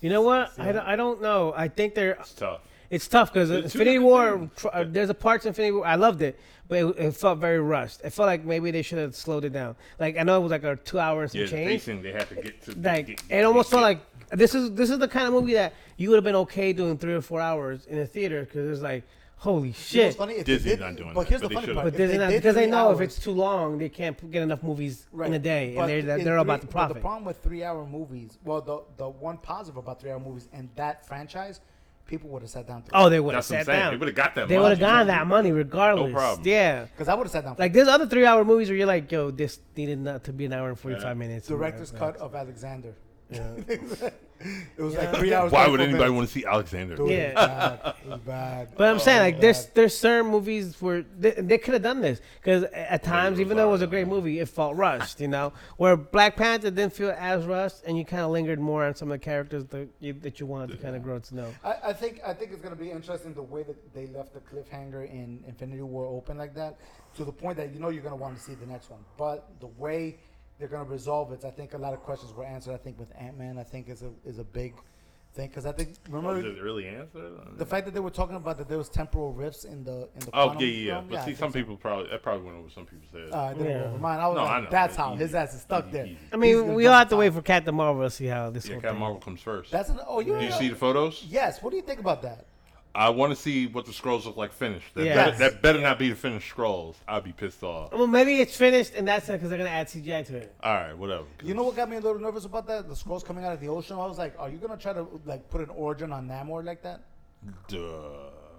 S2: You know what? I don't, I don't know. I think they're
S3: it's tough.
S2: It's tough because
S3: They're two
S2: Infinity
S3: different
S2: War.
S3: things.
S2: tr- uh, There's a part to Infinity War. I loved it, but it, it felt very rushed. It felt like maybe they should have slowed it down. Like I know it was like a two hours
S3: Yeah,
S2: and
S3: the
S2: change.
S3: pacing, they had to get to.
S2: Like
S3: get-
S2: it almost
S3: get-
S2: felt like this is this is the kind of movie that you would have been okay doing three or four hours in a theater because it's like
S1: You
S2: holy
S1: know what's
S2: shit.
S1: funny? If they
S3: Disney's
S1: did-
S3: not doing
S1: But
S3: that,
S1: here's the
S3: but they
S1: funny
S3: should.
S1: part:
S2: But
S1: if
S2: Disney
S1: they
S2: not,
S1: did
S2: because they
S1: three
S2: know
S1: hours-
S2: if it's too long, they can't p- get enough movies in a day,
S1: But
S2: and they're
S1: in
S2: they're all
S1: three-
S2: about the
S1: but The
S2: profit.
S1: problem with three-hour movies, well, the the one positive about three-hour movies and that franchise, people would have sat down.
S2: Oh, they would have
S3: That's what I'm
S2: sat
S3: saying. They
S2: down.
S3: would have got that.
S2: They would have
S3: money.
S2: gotten that money regardless.
S3: problem.
S2: Yeah.
S1: because I would have sat down. for
S2: Like there's other three hour movies where you're like, yo, this needed not to be an hour and forty
S3: Yeah.
S2: five minutes.
S1: director's
S2: Yeah.
S1: cut of Alexander.
S2: Yeah.
S1: It was like three hours.
S3: Why
S1: 34
S3: would anybody
S1: minutes.
S3: want to see Alexander?
S1: Dude,
S2: Yeah.
S1: it was bad. It was bad.
S2: But I'm saying
S1: Oh,
S2: like
S1: bad.
S2: there's there's certain movies where they, they could have done this because at times
S3: it
S2: even though it was a
S3: was
S2: great
S3: alright.
S2: movie it felt rushed you know where Black Panther didn't feel as rushed and you kind of lingered more on some of the characters that you, that you wanted to kind of grow to know
S1: I, I think I think it's gonna be interesting the way that they left the cliffhanger in Infinity War open like that, to the point that you know you're gonna want to see the next one. But the way they're gonna resolve it, I think a lot of questions were answered. I think with Ant Man, I think is a is a big thing because I think
S3: Does
S1: remember
S3: Oh, it really answer?
S1: the fact that they were talking about that there was temporal rifts in the in the.
S3: Oh
S1: quantum
S3: yeah, yeah. yeah.
S1: realm,
S3: But
S1: I
S3: see,
S1: think
S3: some
S1: so.
S3: people probably that probably went over some people's heads.
S1: Uh, I didn't
S2: Yeah.
S1: remember mine. I was
S3: No,
S1: like,
S3: I know.
S1: that's
S3: It's
S1: how his
S3: easy.
S1: ass is stuck
S3: Easy,
S1: there.
S3: easy.
S2: I
S1: He's
S2: mean
S1: gonna
S2: we all have to
S1: jump
S2: wait
S1: out.
S2: for Captain Marvel to see how this
S3: yeah,
S2: whole
S3: Captain
S2: thing-
S3: Marvel comes first.
S1: That's an oh you.
S3: Do you see the photos?
S1: Yes. What do you think about that?
S3: I want to see what the scrolls look like finished. That,
S2: Yeah.
S3: better,
S1: Yes.
S3: that better not be the finished scrolls. I'd be pissed off.
S2: Well, maybe it's finished, and that's because they're gonna add CGI to it.
S3: All right, whatever.
S1: You know what got me a little nervous about that? The scrolls coming out of the ocean. I was like, are you gonna try to like put an origin on Namor like that?
S3: Duh.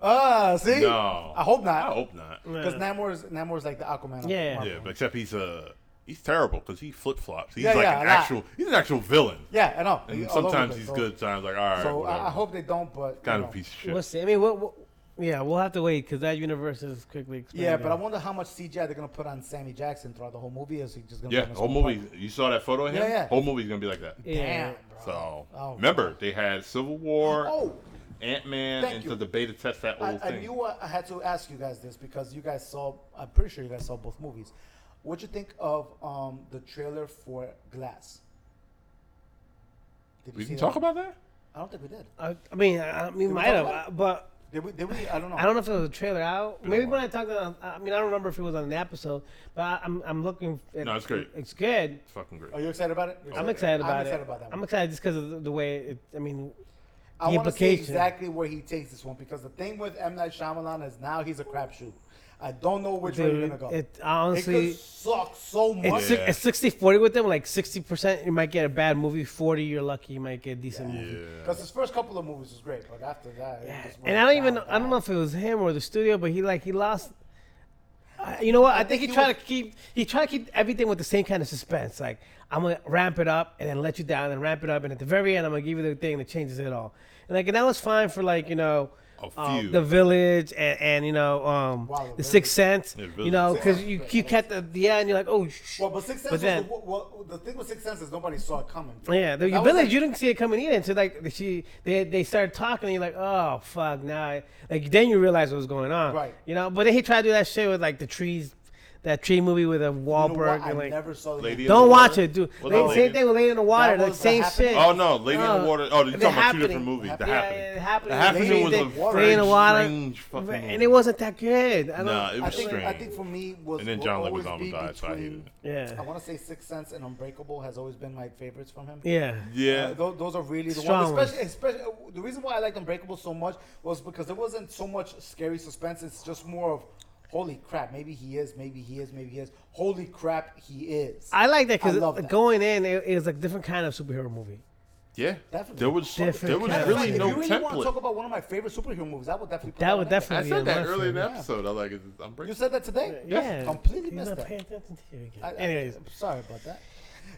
S1: Ah, see.
S3: No.
S1: I hope
S3: I
S1: not.
S3: hope not.
S1: Because Namor is Namor is like the Aquaman. of
S2: Yeah.
S1: Marvel.
S3: Yeah, but except he's Uh, He's terrible because he flip flops. He's
S1: Um, Yeah,
S3: like
S1: yeah,
S3: an
S1: a lot.
S3: actual. He's an actual villain.
S1: Yeah, I know.
S3: And
S1: All over
S3: sometimes
S1: the
S3: he's
S1: place,
S3: good. Times like all right.
S1: So, so
S3: whatever.
S1: I, I hope they don't. But you
S3: kind
S1: know.
S3: of a piece of shit.
S2: We'll see. I mean, what, what, yeah, we'll have to wait because that universe is quickly expanding.
S1: Yeah, but I wonder how much CGI they're gonna put on Sammy Jackson throughout the whole movie. Is he just gonna?
S3: yeah,
S1: put him in
S3: whole
S1: small
S3: movie. You saw that photo of him.
S1: Yeah, yeah.
S3: Whole movie's gonna be like that.
S1: parts? Damn,
S2: Yeah.
S1: bro.
S3: So
S1: Oh.
S3: remember, they had Civil War,
S1: Oh,
S3: Ant Man,
S1: Thank
S3: and
S1: you.
S3: to the beta test that
S1: I,
S3: old
S1: I
S3: thing.
S1: knew I I had to ask you guys this because you guys saw. I'm pretty sure you guys saw both movies. What'd you think of um, the trailer for Glass? Did you
S3: we
S1: see
S3: can
S1: that?
S3: talk about that.
S1: I don't think we did.
S2: I, I mean, I, I mean,
S1: we
S2: might
S1: talk
S2: have,
S1: about
S2: uh, but
S1: Did we? Did we? I don't know.
S2: I don't know if there was a trailer out. Maybe
S3: a
S2: when I talked about, I mean, I don't remember if it was on an episode, but I, I'm, I'm looking. At,
S3: No, it's great. Oh,
S2: It's good.
S3: It's fucking great.
S1: Are you excited about it? You're
S2: I'm excited about
S1: I'm
S2: it.
S1: excited about that. One.
S2: I'm excited just because of the, the way it. I mean,
S1: I
S2: the
S1: want to see
S2: implication.
S1: exactly where he takes this one because the thing with M Night Shyamalan is now he's a crapshoot. I don't know which way you're gonna
S2: dude,
S1: go.
S2: it
S1: it
S2: honestly.
S1: could suck so much.
S2: It's, si-
S3: Yeah.
S2: it's 60 40 with them. Like 60%, you might get a bad movie. 40, you're lucky, you might get a decent movie.
S3: Yeah.
S1: Because his first couple of movies was great, but after that, it just
S2: And
S1: went
S2: I don't even
S1: down,
S2: I don't
S1: down.
S2: know if it was him or the studio, but he like he lost. I- You know what? I,
S1: think
S2: think, he
S1: he
S2: tried
S1: was-
S2: to keep he tried to keep everything with the same kind of suspense. Like I'm gonna ramp it up and then let you down and ramp it up and at the very end I'm gonna give you the thing that changes it all. And like and that was fine for like you know.
S3: A
S1: Oh,
S2: uh,
S3: few.
S2: the village and, and you know um
S1: Wow,
S2: the
S1: The
S2: sixth sense
S3: Yeah,
S2: you
S3: Village.
S2: know
S1: Sixth
S2: because
S1: Sense
S2: you
S1: was
S2: keep kept at the end you're like oh sh-
S1: Well, but Sixth Sense
S2: but then
S1: was the, well, the thing with Sixth Sense is nobody saw it coming.
S2: yeah, the
S1: That was
S2: village.
S1: like-
S2: you didn't see it coming either. Until like she, they, they started talking. and You're like, oh fuck, now, I, like then you realize what was going on.
S1: Right.
S2: You know, but then he tried to do that shit with like the trees, that tree movie with a
S1: You know what?
S2: Wahlberg
S1: I
S2: and like.
S1: never saw the
S3: Lady in
S2: don't
S3: the
S2: watch
S3: Water?
S2: it, dude.
S3: What
S2: Lady-
S3: about
S2: same
S3: Lady-
S2: thing with Lady in the Water,
S1: That
S2: like
S1: was The
S2: same
S1: Happening?
S2: shit.
S3: Oh no, Lady in
S2: Uh,
S3: the Water. Oh, you're
S2: The
S3: talking about two
S2: Happening.
S3: different movies. The
S2: yeah,
S3: Happening.
S2: yeah, the happening.
S3: The Happening
S1: Lady
S3: was
S1: in
S3: a
S1: the Water.
S2: Lady in the Water,
S3: strange fucking
S2: and
S3: movie.
S2: it wasn't that good. I don't,
S3: Nah, it
S1: I
S3: was
S1: think
S3: strange.
S1: I think for me was
S3: and then
S1: will
S3: John
S1: always
S3: Leguizamo
S1: be
S3: died, so I hated
S1: between-
S3: it.
S1: I
S2: yeah,
S1: want to say Sixth Sense and Unbreakable has always been my favorites from him.
S2: yeah.
S1: Uh,
S3: Yeah,
S1: tho- those are really the ones.
S2: Strong ones.
S1: Especially, especially uh, the reason why I liked Unbreakable so much was because there wasn't so much scary suspense. It's just more of, holy crap, maybe he is, maybe he is, maybe he is. Holy crap, he is.
S2: I like that
S1: I love
S2: because
S1: that.
S2: going in, it, it was a different kind of superhero movie.
S3: yeah.
S1: Definitely.
S3: There was
S2: Different
S3: there was
S2: kind of
S3: really
S2: movie.
S3: no
S1: If you really want to talk
S3: template.
S1: about one of my favorite superhero movies, I would definitely. Put
S2: That would
S1: one in there.
S2: definitely-
S3: I said that
S2: Yeah,
S3: earlier in the
S2: yeah.
S3: episode. I like it's
S1: You
S3: unbreakable.
S1: said that today.
S2: Yeah,
S1: completely
S2: You're
S1: missed
S2: not
S1: that.
S2: paying attention to you again.
S1: I- I-
S2: Anyways,
S1: I'm sorry about that.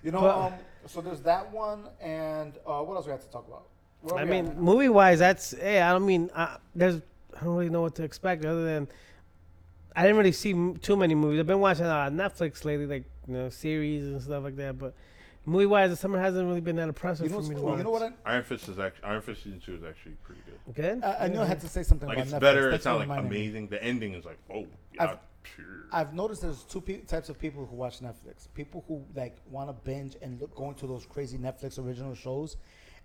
S1: You know,
S2: But-
S1: um, so there's that one, and uh, what else we have to talk about? Where are
S2: I
S1: we at
S2: mean,
S1: now?
S2: movie wise, that's hey. I don't mean I, there's. I don't really know what to expect other than I didn't really see m- too many movies. I've been watching uh, Netflix lately, like you know, series and stuff like that. But movie wise, the summer hasn't really been that
S1: you
S2: impressive
S1: know,
S2: for
S1: what's
S2: me. to
S1: cool?
S2: watch.
S1: you know what? I,
S3: Iron Fist is actually Iron Fist season two is actually pretty good.
S2: Good.
S1: I, I knew I had to say something
S3: Like
S1: about
S3: it's
S1: Netflix.
S3: better.
S1: Thanks
S3: It's not
S1: for
S3: like
S1: reminding me.
S3: amazing. The ending is like oh yeah.
S1: I've-
S3: pure.
S1: I've noticed there's two pe- types of people who watch Netflix. People who like want to binge and look, go into those crazy Netflix original shows,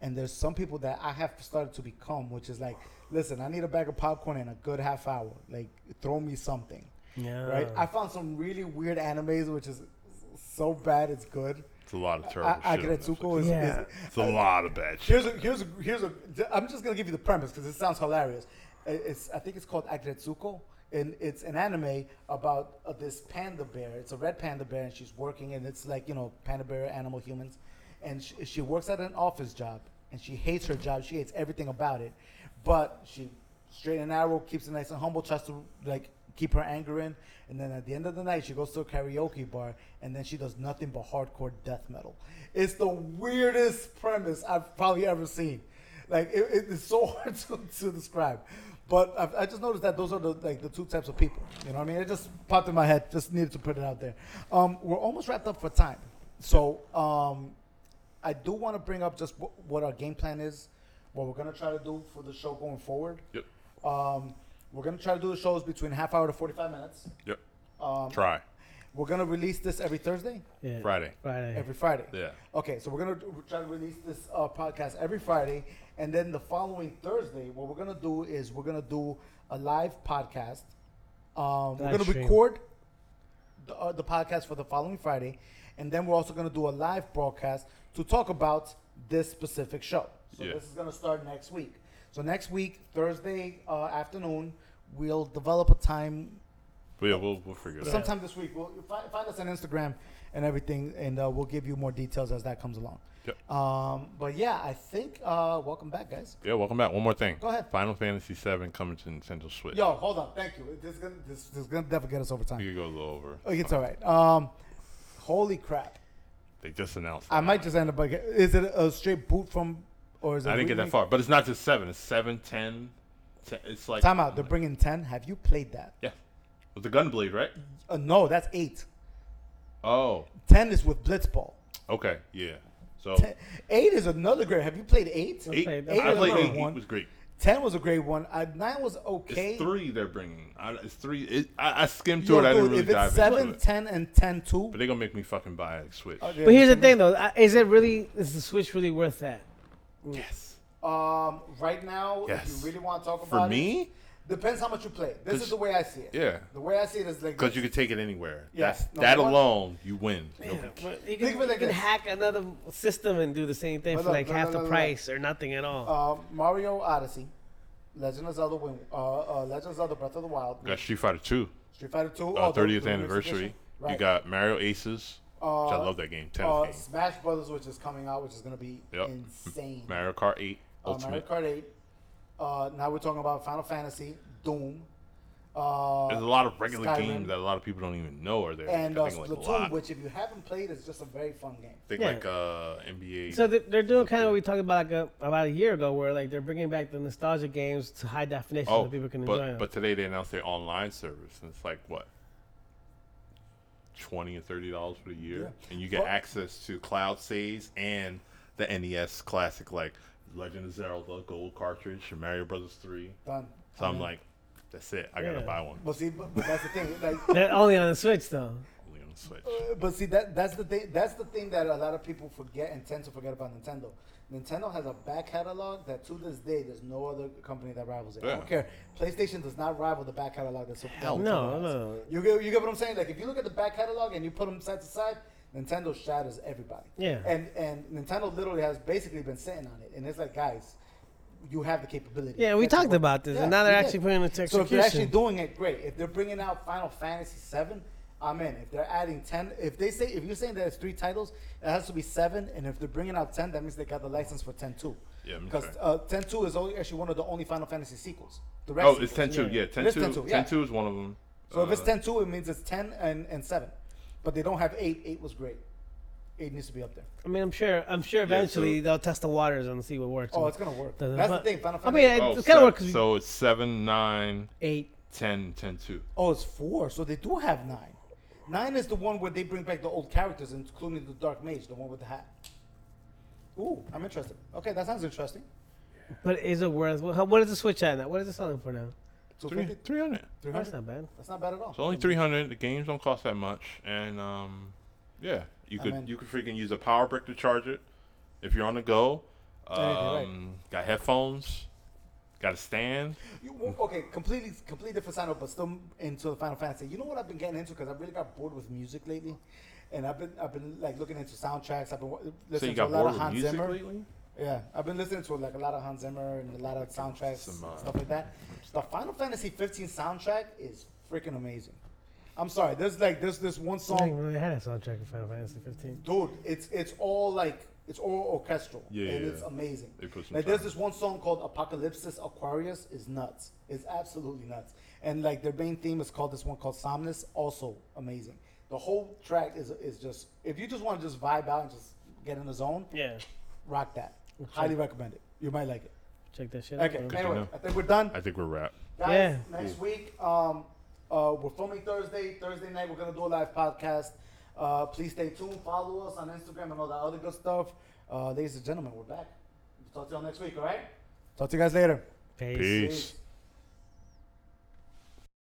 S1: and there's some people that I have started to become, which is like, listen, I need a bag of popcorn and a good half hour. Like, throw me something,
S2: Yeah.
S1: right? I found some really weird animes, which is so bad it's good.
S3: It's a lot of terrible
S1: I, I
S3: shit. on Netflix.
S1: Akatsuko is,
S2: Yeah.
S1: is
S3: It's a lot of bad shit.
S1: here's a here's a here's a I'm just gonna give you the premise because it sounds hilarious. I- It's I think it's called Agretsuko, and it's an anime about uh, this panda bear. It's a red panda bear, and she's working, and it's like you know panda bear animal humans, and she, she works at an office job, and she hates her job. She hates everything about it, but she straight and narrow keeps it nice and humble, tries to like keep her anger in, and then at the end of the night she goes to a karaoke bar and then she does nothing but hardcore death metal. It's the weirdest premise I've probably ever seen. Like it, it- it's so hard to, to describe. But I've, I just noticed that those are the like the two types of people. You know what I mean? It just popped in my head. Just needed to put it out there. Um, we're almost wrapped up for time, so um, I do want to bring up just wh- what our game plan is, what we're gonna try to do for the show going forward.
S3: Yep.
S1: Um, we're gonna try to do the shows between half hour to forty-five minutes.
S3: Yep.
S1: Um,
S3: Try
S1: we're gonna release this every Thursday,
S2: Yeah.
S3: Friday.
S2: Friday.
S1: every Friday.
S3: Yeah.
S1: Okay, so we're gonna do- try to release this uh, podcast every Friday, and then the following Thursday, what we're gonna do is we're gonna do a live podcast. Um, we're
S2: Live
S1: gonna
S2: stream.
S1: record the, uh, the podcast for the following Friday, and then we're also gonna do a live broadcast to talk about this specific show. So
S3: Yeah.
S1: this is gonna start next week. So next week, Thursday uh, afternoon, we'll develop a time
S3: But yeah, we'll we'll figure it out.
S1: sometime this week. We'll find, find us on Instagram and everything, and uh, we'll give you more details as that comes along.
S3: Yep.
S1: Um, but yeah, I think uh, welcome back, guys.
S3: Yeah, welcome back. One more thing.
S1: Go ahead.
S3: Final Fantasy VII coming to Nintendo Switch.
S1: Yo, hold on. Thank you. This is gonna this, this is gonna definitely get us over
S3: You
S1: time.
S3: could go a little over.
S1: Okay, it's all right. Um, holy crap!
S3: They just announced.
S1: I
S3: it.
S1: might just end up. Like, is it a straight boot from, or is it?
S3: I didn't get that
S1: remake?
S3: far, but it's not just seven. It's seven, ten. ten it's like
S1: Time out. They're bringing ten. Have you played that?
S3: Yeah, with the gunblade, right?
S1: Uh, no, that's eight.
S3: Oh,
S1: Ten is with Blitzball.
S3: okay, yeah. So
S1: Ten- Eight is another great. Have you played eight?
S3: Oh. eight.
S2: Okay, that's
S3: I
S1: a
S3: played
S1: great
S3: eight.
S1: one.
S3: It was great.
S1: Ten was a great one. Uh, nine was
S3: It's
S1: okay.
S3: three they're bringing. I, it's three. It, I, I skimmed
S1: Yo,
S3: through it. I didn't
S1: dude,
S3: really
S1: if
S3: dive
S1: it's seven, Oh,
S3: into it.
S1: ten, and ten two.
S3: But they're gonna make me fucking buy a Switch.
S1: okay,
S2: But here's the thing, though. I- Is it really? Is the Switch really worth that?
S3: Yes.
S1: Um, right now, if
S3: Yes.
S1: you really want to talk about
S3: For
S1: it,
S3: me,
S1: depends how much you play. This is
S3: Does-
S1: the way I see it.
S3: yeah,
S1: The way I see it is like
S3: because you can take it anywhere.
S1: Yeah,
S3: That's,
S1: number
S3: that
S1: one.
S3: alone, you win.
S2: Yeah,
S3: No big-
S2: but you
S1: Think of
S2: can,
S1: it
S2: you
S1: like
S2: can
S1: this.
S2: hack another system and do the same thing
S1: But
S2: for
S1: look,
S2: like
S1: look,
S2: half
S1: look,
S2: the
S1: look, look.
S2: price or nothing at all.
S1: uh, Mario Odyssey, Legend of Zelda, Wind, uh, uh, Legend of Zelda Breath of the Wild,
S3: You got Street Fighter Two,
S1: Street Fighter Two,
S3: uh,
S1: oh, the-
S3: 30th
S1: the remix
S3: anniversary.
S1: edition. Right.
S3: You got Mario Aces, which I
S1: Uh,
S3: love that game. Tennis
S1: uh,
S3: game.
S1: Smash Brothers, which is coming out, which is gonna be
S3: Yep.
S1: insane.
S3: Mario Kart Eight
S1: uh, Mario
S3: Ultimate.
S1: Kart Eight. Uh, now we're talking about Final Fantasy, Doom. Uh,
S3: There's a lot of regular
S1: Skyrim.
S3: games that a lot of people don't even know are there.
S1: and
S3: I
S1: uh,
S3: think, like, a
S1: Splatoon,
S3: lot.
S1: which if you haven't played, is just a very fun game.
S3: think
S2: Yeah.
S3: like uh, NBA.
S2: So they- they're doing kind of what we talked about like a, about a year ago, where like they're bringing back the nostalgia games to high definition
S3: oh,
S2: so people can enjoy
S3: but,
S2: them.
S3: but today they announced their online service, and it's like what. Twenty or thirty dollars for the year, and you get
S1: Well-
S3: access to cloud saves and the NES classic like Legend of Zelda Gold cartridge, and Mario Brothers Three.
S1: Done.
S3: So I'm
S1: mean,
S3: like, that's it. I
S2: Yeah.
S3: gotta buy one
S1: But see, but, but that's the thing. Like,
S2: They're only on the Switch though.
S3: only on Switch.
S1: Uh, but see that that's the thing that's the thing that a lot of people forget and tend to forget about Nintendo. Nintendo has a back catalog that to this day there's no other company that rivals it. I
S3: Yeah.
S1: don't care. PlayStation does not rival the back catalog that's Hell
S2: No, no.
S1: You get you get what I'm saying? Like if you look at the back catalog and you put them side to side, Nintendo shatters everybody.
S2: Yeah.
S1: And and Nintendo literally has basically been sitting on it and it's like guys, you have the capability.
S2: Yeah, we
S1: Get to
S2: talked
S1: work.
S2: about this, and
S1: Yeah,
S2: now they're
S1: we did.
S2: actually putting it to
S1: So if they're actually
S2: execution.
S1: doing it, great. If they're bringing out Final Fantasy VII, I'm in. If they're adding ten, if they say if you're saying that it's three titles, it has to be seven. And if they're bringing out ten, that means they got the license for ten two.
S3: Yeah, I'm
S1: because
S3: sorry.
S1: uh, ten two is only actually one of the only Final Fantasy sequels. The
S3: Oh,
S1: rest
S3: it's
S1: sequels.
S3: 10 2. Yeah,
S1: It
S3: 10
S1: is
S3: 2.
S1: 10-2, yeah.
S3: 10 2 is one of them.
S1: So if it's
S3: Uh,
S1: 10 2, it means it's 10 and, and 7. But they don't have 8. 8 was great. 8 needs to be up there.
S2: I mean, I'm sure. I'm sure
S3: so-
S2: eventually they'll test the waters and see what works.
S1: Oh, it's going to work.
S2: Doesn't-
S1: That's the
S2: but-
S1: thing. Final
S2: I
S1: Fantasy.
S2: mean, it,
S3: oh,
S2: it's kind of
S3: se-
S2: work because
S3: So it's 7, 9,
S2: eight.
S3: 10, 10 2.
S1: oh, it's 4. So they do have 9. 9 is the one where they bring back the old characters, including the Dark Mage, the one with the hat. Ooh, I'm interested. Okay, that sounds interesting.
S2: But is it worth? What what is the Switch at now? What is it selling for now?
S1: 250?
S3: 300.
S2: That's
S1: 300?
S2: not bad.
S1: That's not bad at all.
S3: It's only 300. The games don't cost that much. And, um, yeah, you could
S1: mean-
S3: you could freaking use a power brick to charge it if you're on the go. Um,
S1: Yeah, you're right.
S3: Got headphones. Got a stand.
S1: You, well, okay, completely, completely different sign up, but still into the Final Fantasy. You know what I've been getting into because I really got bored with music lately, and I've been, I've been like looking into soundtracks. I've been wa-
S3: So you
S1: listening
S3: got
S1: to a lot
S3: bored
S1: of
S3: with
S1: Hans
S3: music
S1: Zimmer.
S3: lately?
S1: Yeah, I've been listening to like a lot of Hans Zimmer and a lot of soundtracks,
S3: Some, uh,
S1: and stuff like that. The Final Fantasy 15 soundtrack is freaking amazing. I'm sorry, there's like there's this one
S2: I didn't
S1: song,
S2: even know they had a soundtrack in Final Fantasy 15.
S1: dude. It's it's all like it's all orchestral,
S3: Yeah,
S1: and
S3: yeah.
S1: it's amazing.
S3: They put some
S1: Like there's
S3: time.
S1: this one song called Apocalypsis Aquarius is nuts. It's absolutely nuts. And like their main theme is called this one called Somnus, also amazing. The whole track is is just if you just want to just vibe out and just get in the zone,
S2: Yeah,
S1: rock that. Highly recommend it. You might like it.
S2: check that shit out.
S1: Okay.
S2: bro.
S1: Anyway,
S3: know.
S1: I think we're done.
S3: I think we're wrapped.
S1: Guys,
S2: Yeah.
S1: next week, um, uh, we're filming Thursday. Thursday night, we're gonna do a live podcast. Uh, please stay tuned. Follow us on Instagram and all that other good stuff. Uh, ladies and gentlemen, we're back. Talk to y'all next week. All right. Talk to you guys later.
S2: Peace.
S3: Peace.
S1: Peace.